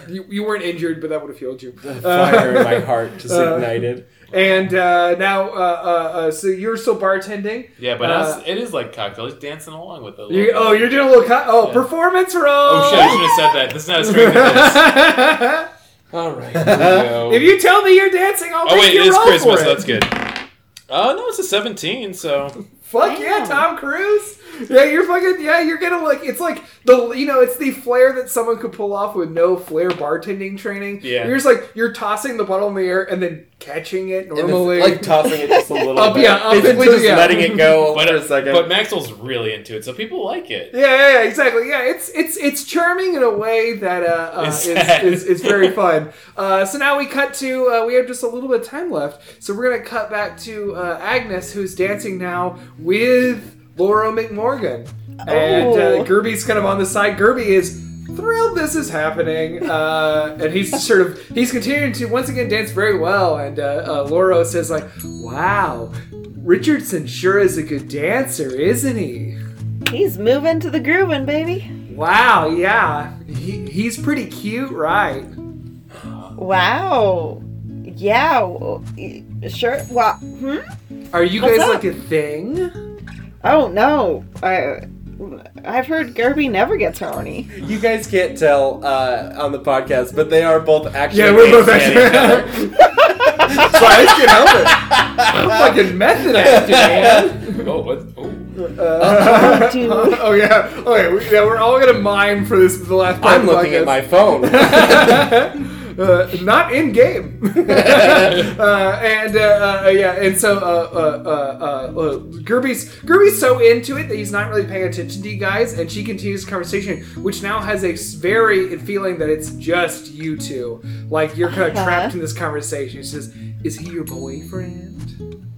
You, you weren't injured, but that would have healed
<laughs>
you.
the fire
Uh,
in my heart just
uh,
ignited.
and uh, now, uh, uh, uh, so you're still bartending.
Yeah, but
Uh,
it's- it is like cocktail. He's dancing along with it. a
You,
little
oh,
bit.
you're doing a little co- oh
Yeah.
performance roll.
Oh, shit, I should have said that. That's not as great as
<laughs>
this.
All right.
if you tell me you're dancing, I'll
Oh,
make
wait,
you
it is
roll
Christmas.
for it.
That's good. Oh, no, it's a 17, so.
Fuck yeah, Tom Cruise. Yeah, you're fucking. Yeah, you're gonna like. It's like the you know, it's the flair that someone could pull off with no flair bartending training.
Yeah.
you're just like you're tossing the bottle in the air and then catching it
And the-
normally.
like tossing it just a little
Up,
bit.
yeah, up,
Basically
yeah.
just letting
<laughs>
it go
But, uh,
for a second.
but Maxwell's really into it, so people like it.
<laughs>
yeah, yeah, yeah, exactly. Yeah, it's it's it's charming in a way that uh, uh
It's
is,
sad.
is, is
<laughs>
very fun. Uh, so now we cut to uh, we have just a little bit of time left, so we're gonna cut back to uh, Agnes who's dancing now with Laura McMorgan. And uh,
Oh.
Gerby's kind of on the side. Gerby is thrilled this is happening, uh, and he's sort of he's continuing to once again dance very well. And uh, uh, Laura says like, "Wow, Richardson sure is a good dancer, isn't he?
He's moving to the grooving, baby.
Wow, yeah. He, he's pretty cute, right?
Wow. Yeah. w- e- Sure. Well, hmm?
Are you
What's
guys
up?
like a thing?
Oh, no. I, I've heard Gerby never gets
<laughs>
horny.
You guys can't tell uh, on the podcast, but they are both actually.
Yeah, we're both
dancing at each other.
actually. Sorry, I can help it. I'm fucking method acting, man.
Oh, what? Oh.
Uh,
dude.
<laughs> oh yeah. Okay, we, yeah, we're all gonna mime for this for the last. part
<laughs> I'm
of the
looking at
podcast.
my phone.
<laughs> uh, not in game. <laughs> uh, and uh, uh, yeah, and so uh, uh, uh, uh, uh, Gerby's Gerby's so into it that he's not really paying attention to you guys, and she continues the conversation, which now has a s- very feeling that it's just you two. Like you're kind of
Uh-huh.
trapped in this conversation. She says, "Is he your boyfriend?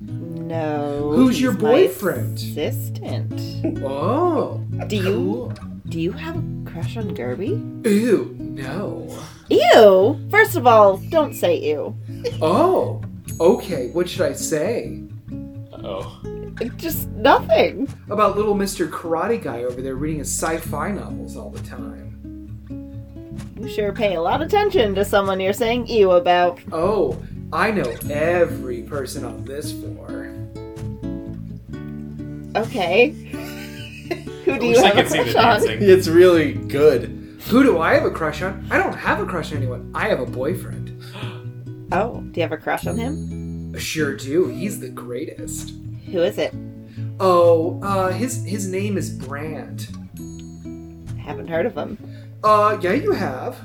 No.
Who's your
he's
boyfriend?"
My assistant.
<laughs> Oh,
Do you
cool.
do you have a crush on Gerby?
Ew, no.
Ew. First of all, don't say ew.
Oh, okay. What should I say?"
Oh.
Just nothing.
about little Mr. Karate Guy over there reading his sci-fi novels all the time.
You sure pay a lot of attention to someone you're saying ew about.
Oh, I know every person on this floor.
<laughs>
Okay. Who
I
do you
wish I
have a
could see the
crush on?
dancing.
it's really good.
Who do I have a crush on? I don't have a crush on anyone. I have a boyfriend.
Oh, do you have a crush on him?
Sure do. He's the greatest.
Who is it?
Oh, uh, his his name is Brandt.
Haven't heard of him. <laughs>
Uh, yeah, you have.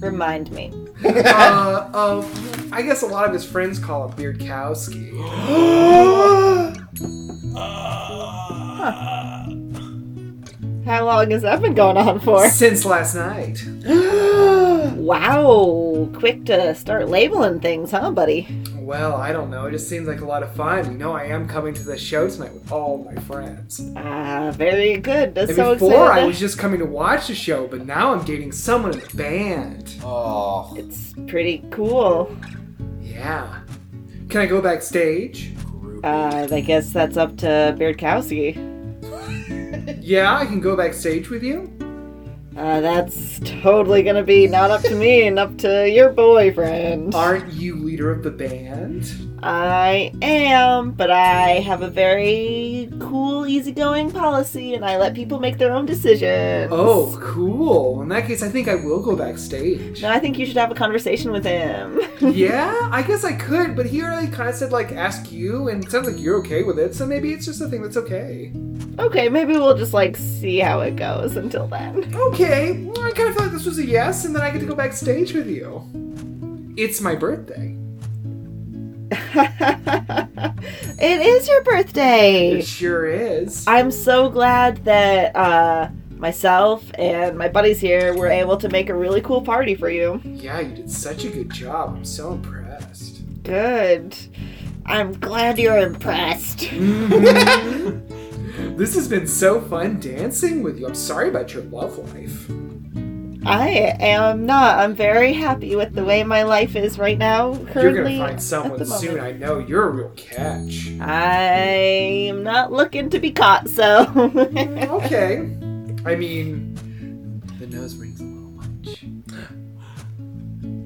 Remind me.
uh, uh, I guess a lot of his friends call him Beardkowski.
How long has that been going on for?
Since last night.
Wow, quick to start labeling things, huh, buddy?
Well, I don't know. It just seems like a lot of fun. You know, I am coming to the show tonight with all my friends.
Ah, very good. That's
And
so exciting.
before I was just coming to watch the show, but now I'm dating someone in the band.
Oh,
It's pretty cool.
Yeah. Can I go backstage?
Uh, I guess that's up to Beardkowski.
Yeah, I can go backstage with you.
Uh, that's totally gonna be not up to me and up to your boyfriend.
Aren't you leader of the band?
I am, but I have a very cool, easygoing policy, and I let people make their own decisions.
Oh, cool. In that case, I think I will go backstage.
<laughs> No, I think you should have a conversation with him. <laughs>
yeah, I guess I could, but he already kind of said, like, ask you, and it sounds like you're okay with it, so maybe it's just a thing that's okay.
okay, maybe we'll just like see how it goes until then. <laughs>
Okay, well, I kind of feel like this was a yes, and then I get to go backstage with you. It's my birthday.
it is your birthday.
It sure is.
I'm so glad that uh, myself and my buddies here were able to make a really cool party for you.
Yeah, you did such a good job. I'm so impressed.
Good. I'm glad you're impressed. <laughs>
This has been so fun dancing with you. I'm sorry about your love life.
I am not. I'm very happy with the way my life is right now.
You're
Currently,
gonna find
at the
someone soon.
moment.
I know you're a real catch.
I am not looking to be caught, so. <laughs>
okay. I mean, the nose rings a little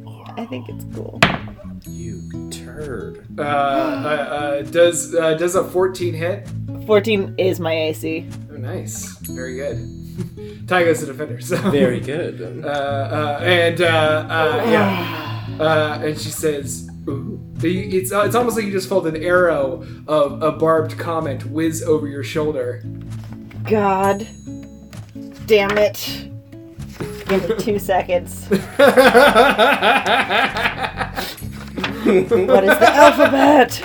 much.
I think it's cool.
You turd.
Uh, uh, uh does uh, does a 14 hit?
14 is my AC.
Oh, nice. Very good. <laughs> Tygo's the defender. So.
Very good.
Uh, uh, and uh, uh, yeah. Uh, and she says, Ooh. The- It's, uh, it's almost like you just felt an arrow of a barbed comment whiz over your shoulder.
God. Damn it. Give it two
<laughs>
seconds.
the
What is the alphabet?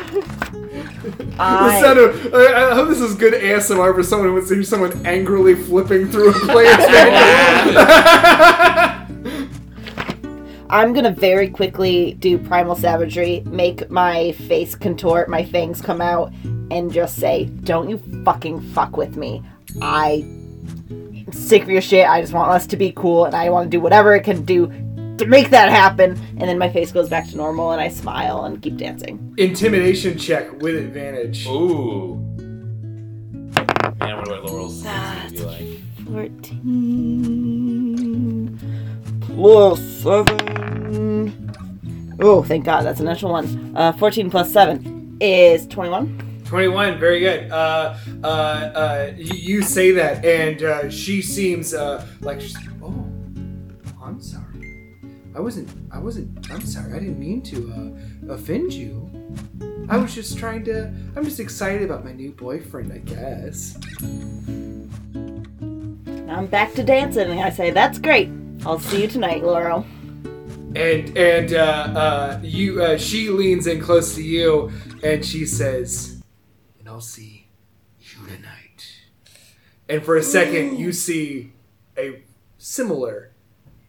I.
sound of, I, I hope this is good ASMR for someone who wants to hear someone angrily flipping through a player's manual.
I'm gonna very quickly do primal savagery, make my face contort, my fangs come out, and just say, "Don't you fucking fuck with me. I am sick of your shit. I just want us to be cool, and I want to do whatever it can do to make that happen. And then my face goes back to normal, and I smile and keep dancing.
Intimidation check with advantage.
Ooh. Man, what do I Laurel's things be like?
Fourteen plus seven. Oh, thank God, that's a natural one. Uh, Fourteen plus seven is twenty-one.
21 very good uh, uh, uh, you, you say that and uh, she seems uh, like she's oh i'm sorry i wasn't i wasn't i'm sorry i didn't mean to uh, offend you i was just trying to i'm just excited about my new boyfriend i guess
I'm back to dancing, and I say, "That's great. I'll see you tonight, Laurel."
and and uh, uh, you uh, she leans in close to you and she says and i'll see you tonight and for a second you see a similar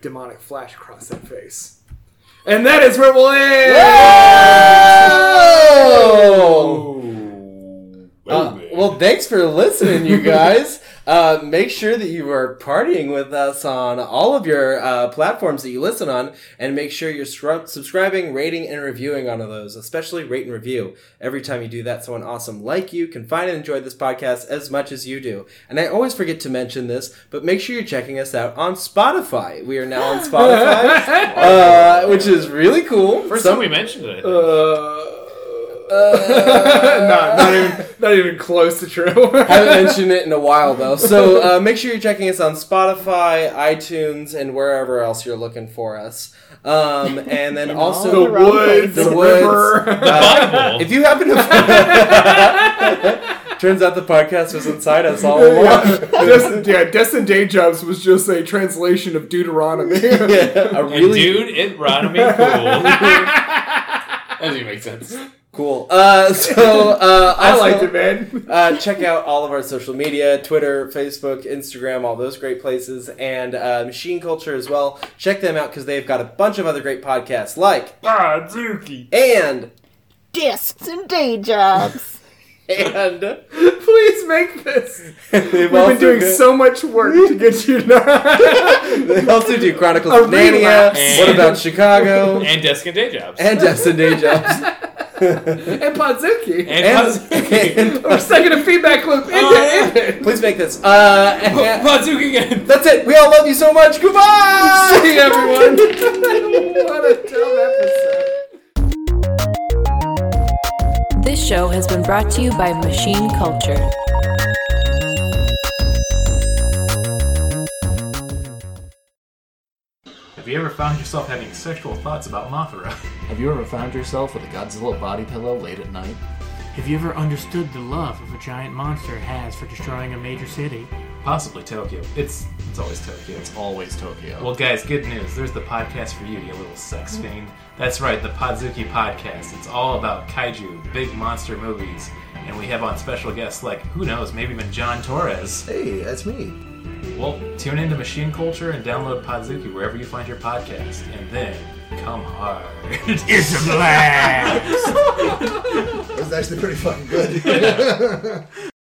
demonic flash across that face and that is where we'll end
Uh, well, thanks for listening, you guys. Uh, make sure that you are partying with us on all of your uh, platforms that you listen on, and make sure you're sru- subscribing, rating, and reviewing on those, especially rate and review. Every time you do that, someone awesome like you can find and enjoy this podcast as much as you do. And I always forget to mention this, but make sure you're checking us out on Spotify. We are now on Spotify, uh, which is really cool.
First
Some- <laughs>
time we mentioned it. I think.
Uh, <laughs>
uh,
not, not even not even close to
<laughs>
true
haven't mentioned it in a while though. So uh, make sure you're checking us on Spotify, iTunes, and wherever else you're looking for us. Um, and
<laughs>
then
all
also
the wrong
woods,
the
the
woods.
river.
uh,
Bible.
if you happen to. <laughs> Turns out the podcast was inside us all along.
Destin, <laughs> yeah, Destin Day Jobs was just a translation of Deuteronomy.
<laughs> Yeah, a
And
really
dude, it rhymed me cool. <laughs> that doesn't even make sense.
cool. Uh, so uh,
<laughs> I
also-
liked it, man.
uh, check out all of our social media Twitter, Facebook, Instagram, all those great places, and uh, Machine Culture as well. Check them out because they've got a bunch of other great podcasts like and
Discs and day jobs.
and
<laughs> Please make this.
they've
We've been
also
doing
got-
so much work to get you <laughs> to.
They also do Chronicles
A
of Mania.
relapse.
What
<laughs>
about Chicago
And desk and day jobs.
and Destin Day Jobs
and Podzuki.
And
and,
<laughs> Pazuki.
We're stuck in a feedback <laughs> loop. End it, end it.
please make this. Uh, and-
Pazuki again.
that's it. We all love you so much. Goodbye.
<laughs> See ya, everyone. what a dumb episode.
This show has been brought to you by Machine Culture.
Have you ever found yourself having sexual thoughts about Mothra?
Have you ever found yourself with a Godzilla body pillow late at night?
Have you ever understood the love of a giant monster has for destroying a major city?
Possibly Tokyo. It's it's always Tokyo.
It's always Tokyo.
Well, guys, good news. There's the podcast for you, you little sex fiend. That's right, the Podzuki Podcast. It's all about kaiju, big monster movies, and we have on special guests like, who knows, maybe even John Torres.
hey, that's me.
Well, tune into Machine Culture and download Podzuki wherever you find your podcast, and then come hard.
That was actually pretty fucking good.